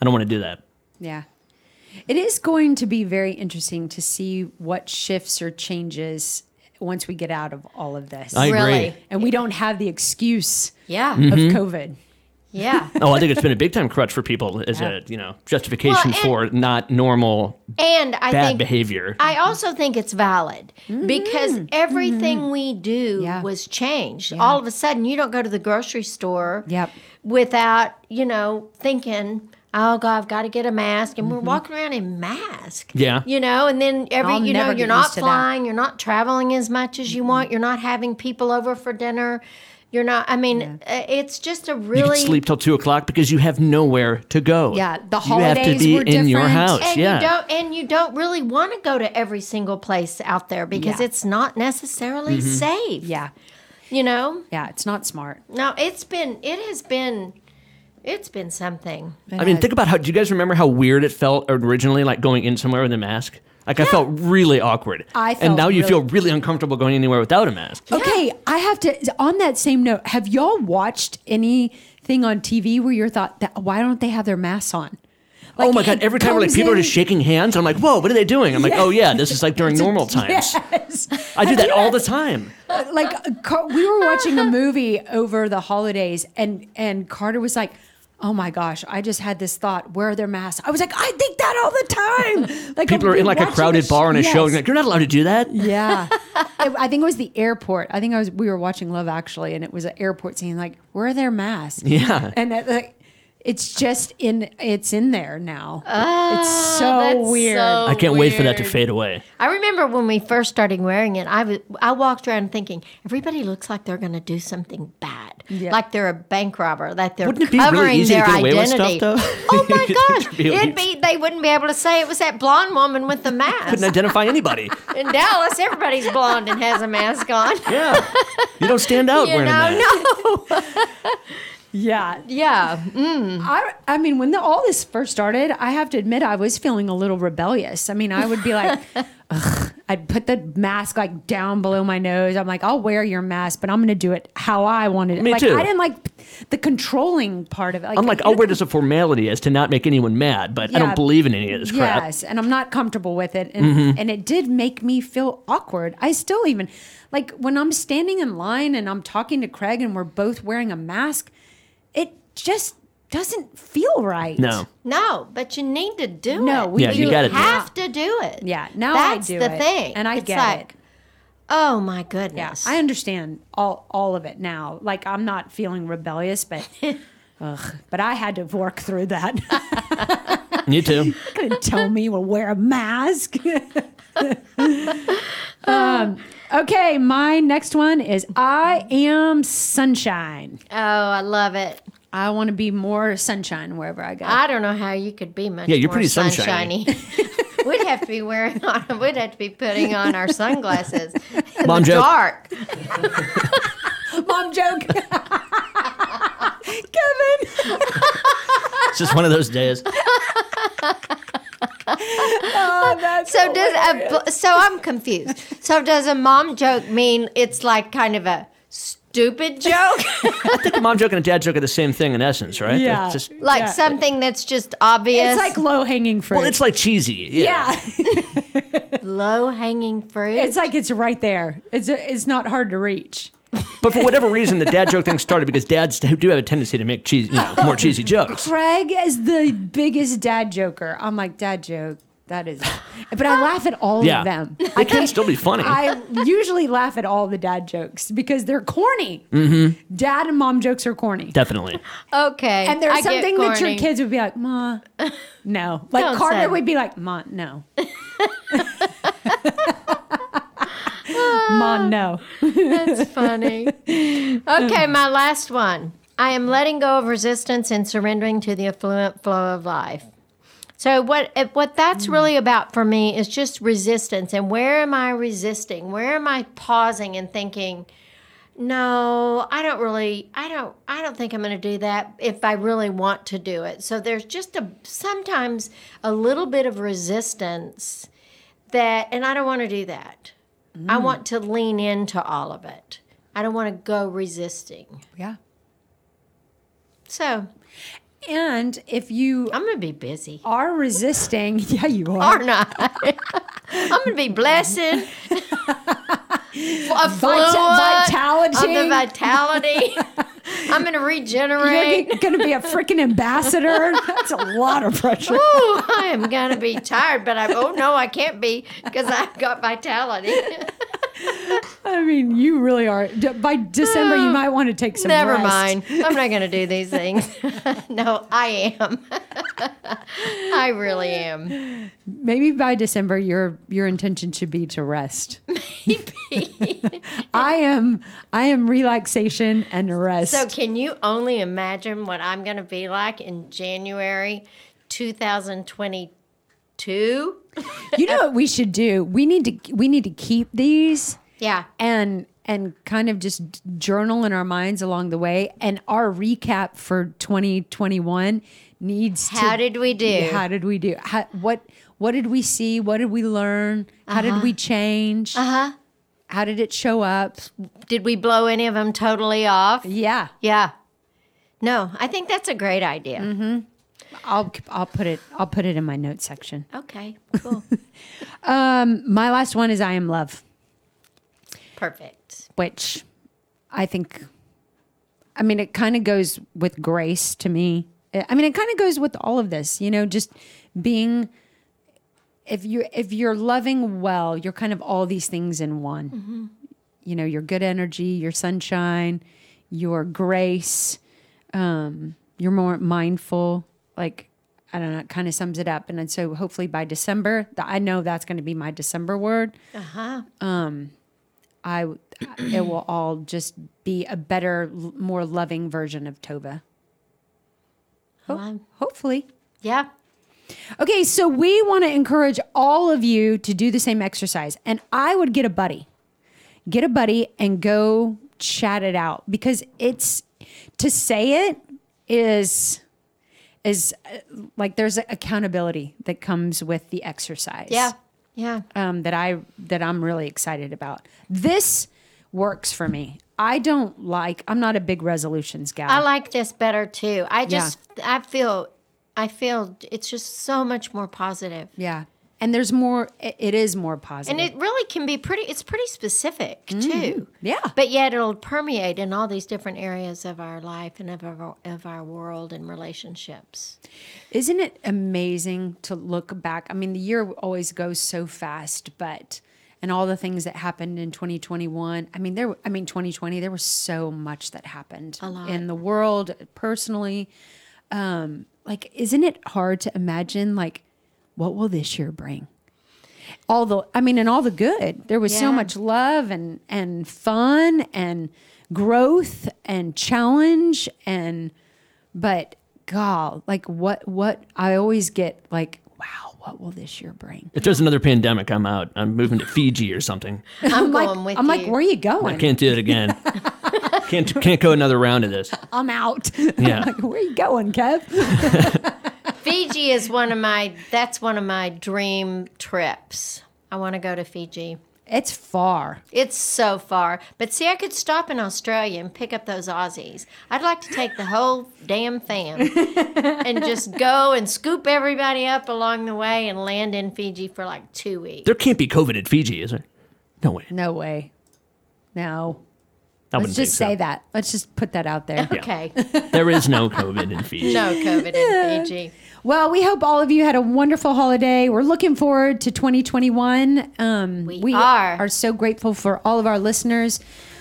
Speaker 3: I don't want to do that.
Speaker 1: Yeah. It is going to be very interesting to see what shifts or changes once we get out of all of this.
Speaker 3: I agree.
Speaker 2: really
Speaker 1: and we don't have the excuse
Speaker 2: yeah
Speaker 1: of
Speaker 3: Mm-hmm.
Speaker 1: COVID.
Speaker 2: yeah
Speaker 3: Oh, I think it's been a big time crutch for people as a, you know, justification
Speaker 2: Well,
Speaker 3: for not normal
Speaker 2: and i
Speaker 3: bad
Speaker 2: think
Speaker 3: behavior.
Speaker 2: I also think it's valid because everything we do
Speaker 1: Mm-hmm. Yeah.
Speaker 2: was changed. All of a sudden, you don't go to the grocery store
Speaker 1: Yep.
Speaker 2: without, you know, thinking, oh, God, I've got to get a mask. And we're walking around in masks.
Speaker 3: Yeah.
Speaker 2: You know, and then every,
Speaker 1: Mm-hmm. I'll
Speaker 2: you know,
Speaker 1: never get
Speaker 2: you're not
Speaker 1: used to that.
Speaker 2: flying, you're not traveling as much as you want, you're not having people over for dinner. You're not, I mean, uh, it's just a
Speaker 3: you can
Speaker 2: really.
Speaker 3: sleep till two o'clock because you have nowhere to go.
Speaker 1: Yeah, the
Speaker 3: You have to
Speaker 1: holidays
Speaker 3: be
Speaker 1: were
Speaker 3: in your
Speaker 1: different.
Speaker 3: house.
Speaker 2: and
Speaker 3: yeah.
Speaker 2: you don't and you don't really want to go to every single place out there because
Speaker 1: Yeah.
Speaker 2: it's not necessarily
Speaker 3: Mm-hmm.
Speaker 2: safe.
Speaker 1: Yeah.
Speaker 2: You know?
Speaker 1: Yeah. It's not smart.
Speaker 2: No, it's been it has been it's been something.
Speaker 3: I
Speaker 1: uh,
Speaker 3: mean, think about how. Do you guys remember how weird it felt originally, like going in somewhere with a mask? Like I felt really awkward.
Speaker 1: I
Speaker 3: and
Speaker 1: felt
Speaker 3: now you
Speaker 1: really-
Speaker 3: feel really uncomfortable going anywhere without a mask.
Speaker 1: Okay. I have to, on that same note, have y'all watched anything on TV where you're thought that, why don't they have their masks on? Like,
Speaker 3: oh my god!
Speaker 1: it
Speaker 3: Every time, like
Speaker 1: comes
Speaker 3: people are
Speaker 1: in-
Speaker 3: just shaking hands. I'm like, whoa, what are they doing? I'm like, oh yeah, this is like during normal times.
Speaker 1: Yes.
Speaker 3: I do that all the time.
Speaker 1: like uh, Car- we were watching a movie over the holidays and and Carter was like oh my gosh I just had this thought where are their masks I was like I think that all the time like
Speaker 3: People
Speaker 1: I'll
Speaker 3: are
Speaker 1: be
Speaker 3: in like a
Speaker 1: watching
Speaker 3: crowded
Speaker 1: sh-
Speaker 3: bar and a show,
Speaker 1: yes.
Speaker 3: and you're like, you're not allowed to do that.
Speaker 1: yeah I, I think it was the airport I think I was we were watching Love Actually and it was an airport scene like where are their masks
Speaker 3: Yeah.
Speaker 1: and it, like it's just in it's in there now it's so
Speaker 2: that's
Speaker 1: weird
Speaker 2: so-
Speaker 3: I can't wait for that to
Speaker 2: Weird.
Speaker 3: fade away.
Speaker 2: I remember when we first started wearing it, I was I walked around thinking everybody looks like they're going to do something bad,
Speaker 1: Yeah.
Speaker 2: like they're a bank robber, that they're
Speaker 3: Wouldn't it be really
Speaker 2: covering
Speaker 3: easy to
Speaker 2: their
Speaker 3: get away with stuff,
Speaker 2: identity.
Speaker 3: though?
Speaker 2: Oh my
Speaker 3: You'd think
Speaker 2: gosh,
Speaker 3: it'd be
Speaker 2: it'd
Speaker 3: easy.
Speaker 2: be they wouldn't be able to say it was that blonde woman with the mask.
Speaker 3: Couldn't identify anybody.
Speaker 2: In Dallas, everybody's blonde and has a mask on.
Speaker 3: Yeah, you don't stand out
Speaker 2: You
Speaker 3: wearing a mask.
Speaker 2: know, no.
Speaker 1: yeah
Speaker 2: Yeah.
Speaker 1: I, I mean, when the, all this first started, I have to admit I was feeling a little rebellious. I mean, I would be like, Ugh, I'd put the mask like down below my nose. I'm like, I'll wear your mask, but I'm going to do it how I wanted it.
Speaker 3: Me
Speaker 1: like,
Speaker 3: too.
Speaker 1: I didn't like the controlling part of it.
Speaker 3: I'm like, "Oh, I'll wear this as a formality as to not make anyone mad, but
Speaker 1: Yeah.
Speaker 3: I don't believe in any of this crap.
Speaker 1: Yes, and I'm not comfortable with it, and
Speaker 3: Mm-hmm.
Speaker 1: and it did make me feel awkward. I still even like when I'm standing in line and I'm talking to Craig, and we're both wearing a mask. It just doesn't feel right.
Speaker 3: No.
Speaker 2: No, but you need to do
Speaker 1: No,
Speaker 2: it.
Speaker 1: we
Speaker 3: Yeah, you do. gotta do it.
Speaker 2: have to do it.
Speaker 1: Yeah, now
Speaker 2: That's
Speaker 1: I do
Speaker 2: the
Speaker 1: it,
Speaker 2: thing.
Speaker 1: and I
Speaker 2: It's
Speaker 1: get
Speaker 2: like,
Speaker 1: it.
Speaker 2: Oh my
Speaker 1: Yeah,
Speaker 2: goodness.
Speaker 1: I understand all all of it now. Like I'm not feeling rebellious, but ugh, but I had to work through that.
Speaker 3: You too.
Speaker 1: Couldn't tell me to wear a mask. um, okay, my next one is I am sunshine.
Speaker 2: oh, I love it.
Speaker 1: I want to be more sunshine wherever I go.
Speaker 2: I don't know how you could be much
Speaker 3: Yeah, you're
Speaker 2: more
Speaker 3: pretty sunshiny.
Speaker 2: sunshiny. we'd have to be wearing on we'd have to be putting on our sunglasses in
Speaker 3: Mom
Speaker 2: the
Speaker 3: joke.
Speaker 2: dark.
Speaker 1: Mom joke. Kevin.
Speaker 3: It's just one of those days.
Speaker 1: Oh, that's
Speaker 2: So does a bl- so I'm confused. So does a mom joke mean it's like kind of a stupid joke?
Speaker 3: I think a mom joke and a dad joke are the same thing in essence, right? They're
Speaker 1: Yeah.
Speaker 3: just-
Speaker 2: like
Speaker 1: Yeah.
Speaker 2: something that's just
Speaker 1: It's
Speaker 2: obvious.
Speaker 1: like low hanging fruit.
Speaker 3: well, it's like cheesy.
Speaker 1: yeah.
Speaker 2: low hanging fruit.
Speaker 1: it's like it's right there. It's it's not hard to reach.
Speaker 3: But for whatever reason, the dad joke thing started because dads do have a tendency to make cheese, you know, more cheesy jokes.
Speaker 1: Craig is the biggest dad joker. I'm like dad joke. That is, but I laugh at all
Speaker 3: Yeah.
Speaker 1: of them.
Speaker 3: They can still be funny.
Speaker 1: I usually laugh at all the dad jokes because they're corny.
Speaker 3: Mm-hmm.
Speaker 1: Dad and mom jokes are corny.
Speaker 3: Definitely.
Speaker 2: okay.
Speaker 1: and there's
Speaker 2: I get
Speaker 1: something that your
Speaker 2: corny.
Speaker 1: kids would be like, Ma, no. Like
Speaker 2: Don't
Speaker 1: Carter
Speaker 2: say it.
Speaker 1: would be like, Ma, no. Ma, no.
Speaker 2: That's funny. Okay, my last one. I am letting go of resistance and surrendering to the affluent flow of life. So what eh, what that's really about for me is just resistance and where am I resisting? Where am I pausing and thinking, "No, I don't really I don't I don't think I'm going to do that if I really want to do it." So there's just a sometimes a little bit of resistance that and I don't want to do that.
Speaker 1: Mm.
Speaker 2: I want to lean into all of it. I don't want to go resisting.
Speaker 1: Yeah.
Speaker 2: So
Speaker 1: And if you
Speaker 2: I'm gonna be busy,
Speaker 1: are resisting, yeah, you are.
Speaker 2: aren't I? I'm gonna be blessing, affluent,
Speaker 1: vitality.
Speaker 2: of the vitality. I'm gonna regenerate.
Speaker 1: You're going to be a freaking ambassador. That's a lot of pressure.
Speaker 2: Ooh, I am gonna be tired, but I oh no, I can't be because I've got vitality.
Speaker 1: I mean, you really are. D- By December, you might want to take some
Speaker 2: Uh, Never
Speaker 1: rest.
Speaker 2: mind. I'm not gonna do these things. no, I am. I really am.
Speaker 1: Maybe by December, your your intention should be to rest. I am I am relaxation and rest.
Speaker 2: So, can you only imagine what I'm going to be like in January 2022?
Speaker 1: you know what we should do? We need to we need to keep these
Speaker 2: Yeah.
Speaker 1: and and kind of just journal in our minds along the way. And our recap for 2021 needs to.
Speaker 2: How did we do?
Speaker 1: How did we do? How, what what did we see? What did we learn? How did we change? Uh huh. How did it show up?
Speaker 2: Did we blow any of them totally off?
Speaker 1: Yeah,
Speaker 2: Yeah. No, I think that's a great idea.
Speaker 1: I'll I'll put it I'll put it in my notes section.
Speaker 2: Okay, cool.
Speaker 1: My last one is I am love,
Speaker 2: Perfect.
Speaker 1: which I think I mean it kind of goes with grace to me. I mean it kind of goes with all of this, you know, just being if you if you're loving well, you're kind of all these things in one. You know, your good energy, your sunshine, your grace, um, you're more mindful. Like I don't know, it kind of sums it up. And then so hopefully by December, th- I know that's going to be my December word. I w- it will all just be a better, l- more loving version of Toba. Ho- hopefully.
Speaker 2: Yeah.
Speaker 1: Okay, so we want to encourage all of you to do the same exercise. And I would get a buddy. Get a buddy and go chat it out because it's to say it is is uh, like there's accountability that comes with the exercise
Speaker 2: Yeah. Yeah.
Speaker 1: um, that I that I'm really excited about. This works for me. I don't like. I'm not a big resolutions gal.
Speaker 2: I like this better too. I just, I feel, I feel it's just so much more positive.
Speaker 1: yeah, and there's more. It, it is more positive.
Speaker 2: And it really can be pretty, it's pretty specific too.
Speaker 1: Mm-hmm. yeah,
Speaker 2: But yet it'll permeate in all these different areas of our life and of our, of our world and relationships.
Speaker 1: isn't it amazing to look back? I mean, the year always goes so fast, but and all the things that happened in 2021. I mean, there. I mean, 2020. There was so much that happened
Speaker 2: lot.
Speaker 1: in the world, personally. Um, like, isn't it hard to imagine like what will this year bring? all the I mean, and all the good. There was so
Speaker 2: Yeah.
Speaker 1: much love and and fun and growth and challenge and but God, like what what I always get like, wow, what will this year bring?
Speaker 3: If there's another pandemic, I'm out. I'm moving to Fiji or something.
Speaker 2: I'm,
Speaker 1: like,
Speaker 2: going with
Speaker 1: I'm
Speaker 2: you.
Speaker 1: like, where are you going?
Speaker 3: Can't do it again. Can't can't go another round of this.
Speaker 1: I'm out.
Speaker 3: Yeah.
Speaker 1: like, where are you going, Kev?
Speaker 2: Fiji is one of my, that's one of my dream trips. I want to go to Fiji.
Speaker 1: It's far.
Speaker 2: It's so far. But see, I could stop in Australia and pick up those Aussies. I'd like to take the whole damn fam and just go and scoop everybody up along the way and land in Fiji for like two weeks.
Speaker 3: There can't be COVID at Fiji, is there? No way.
Speaker 1: No way. No.
Speaker 3: I
Speaker 1: Let's
Speaker 3: wouldn't
Speaker 1: just say
Speaker 3: think
Speaker 1: that. Let's just put that out there.
Speaker 2: Okay.
Speaker 3: so. There is no COVID in Fiji.
Speaker 2: No COVID in Fiji.
Speaker 1: Well, we hope all of you had a wonderful holiday. We're looking forward to 2021. Um, we
Speaker 2: are.
Speaker 1: so grateful for all of our listeners.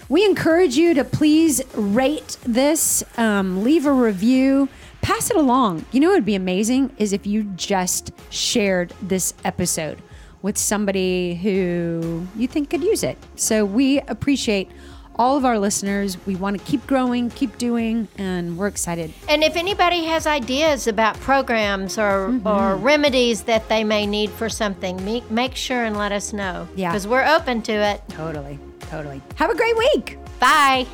Speaker 1: We encourage you to please rate this, um, leave a review, pass it along. You know what would be amazing is if you just shared this episode with somebody who you think could use it. So we appreciate all of our listeners. We want to keep growing, keep doing, and we're excited.
Speaker 2: And if anybody has ideas about programs or, or remedies that they may need for something, make, make sure and let us know.
Speaker 1: Yeah.
Speaker 2: Because we're open to it.
Speaker 1: Totally, totally. Have a great week.
Speaker 2: Bye.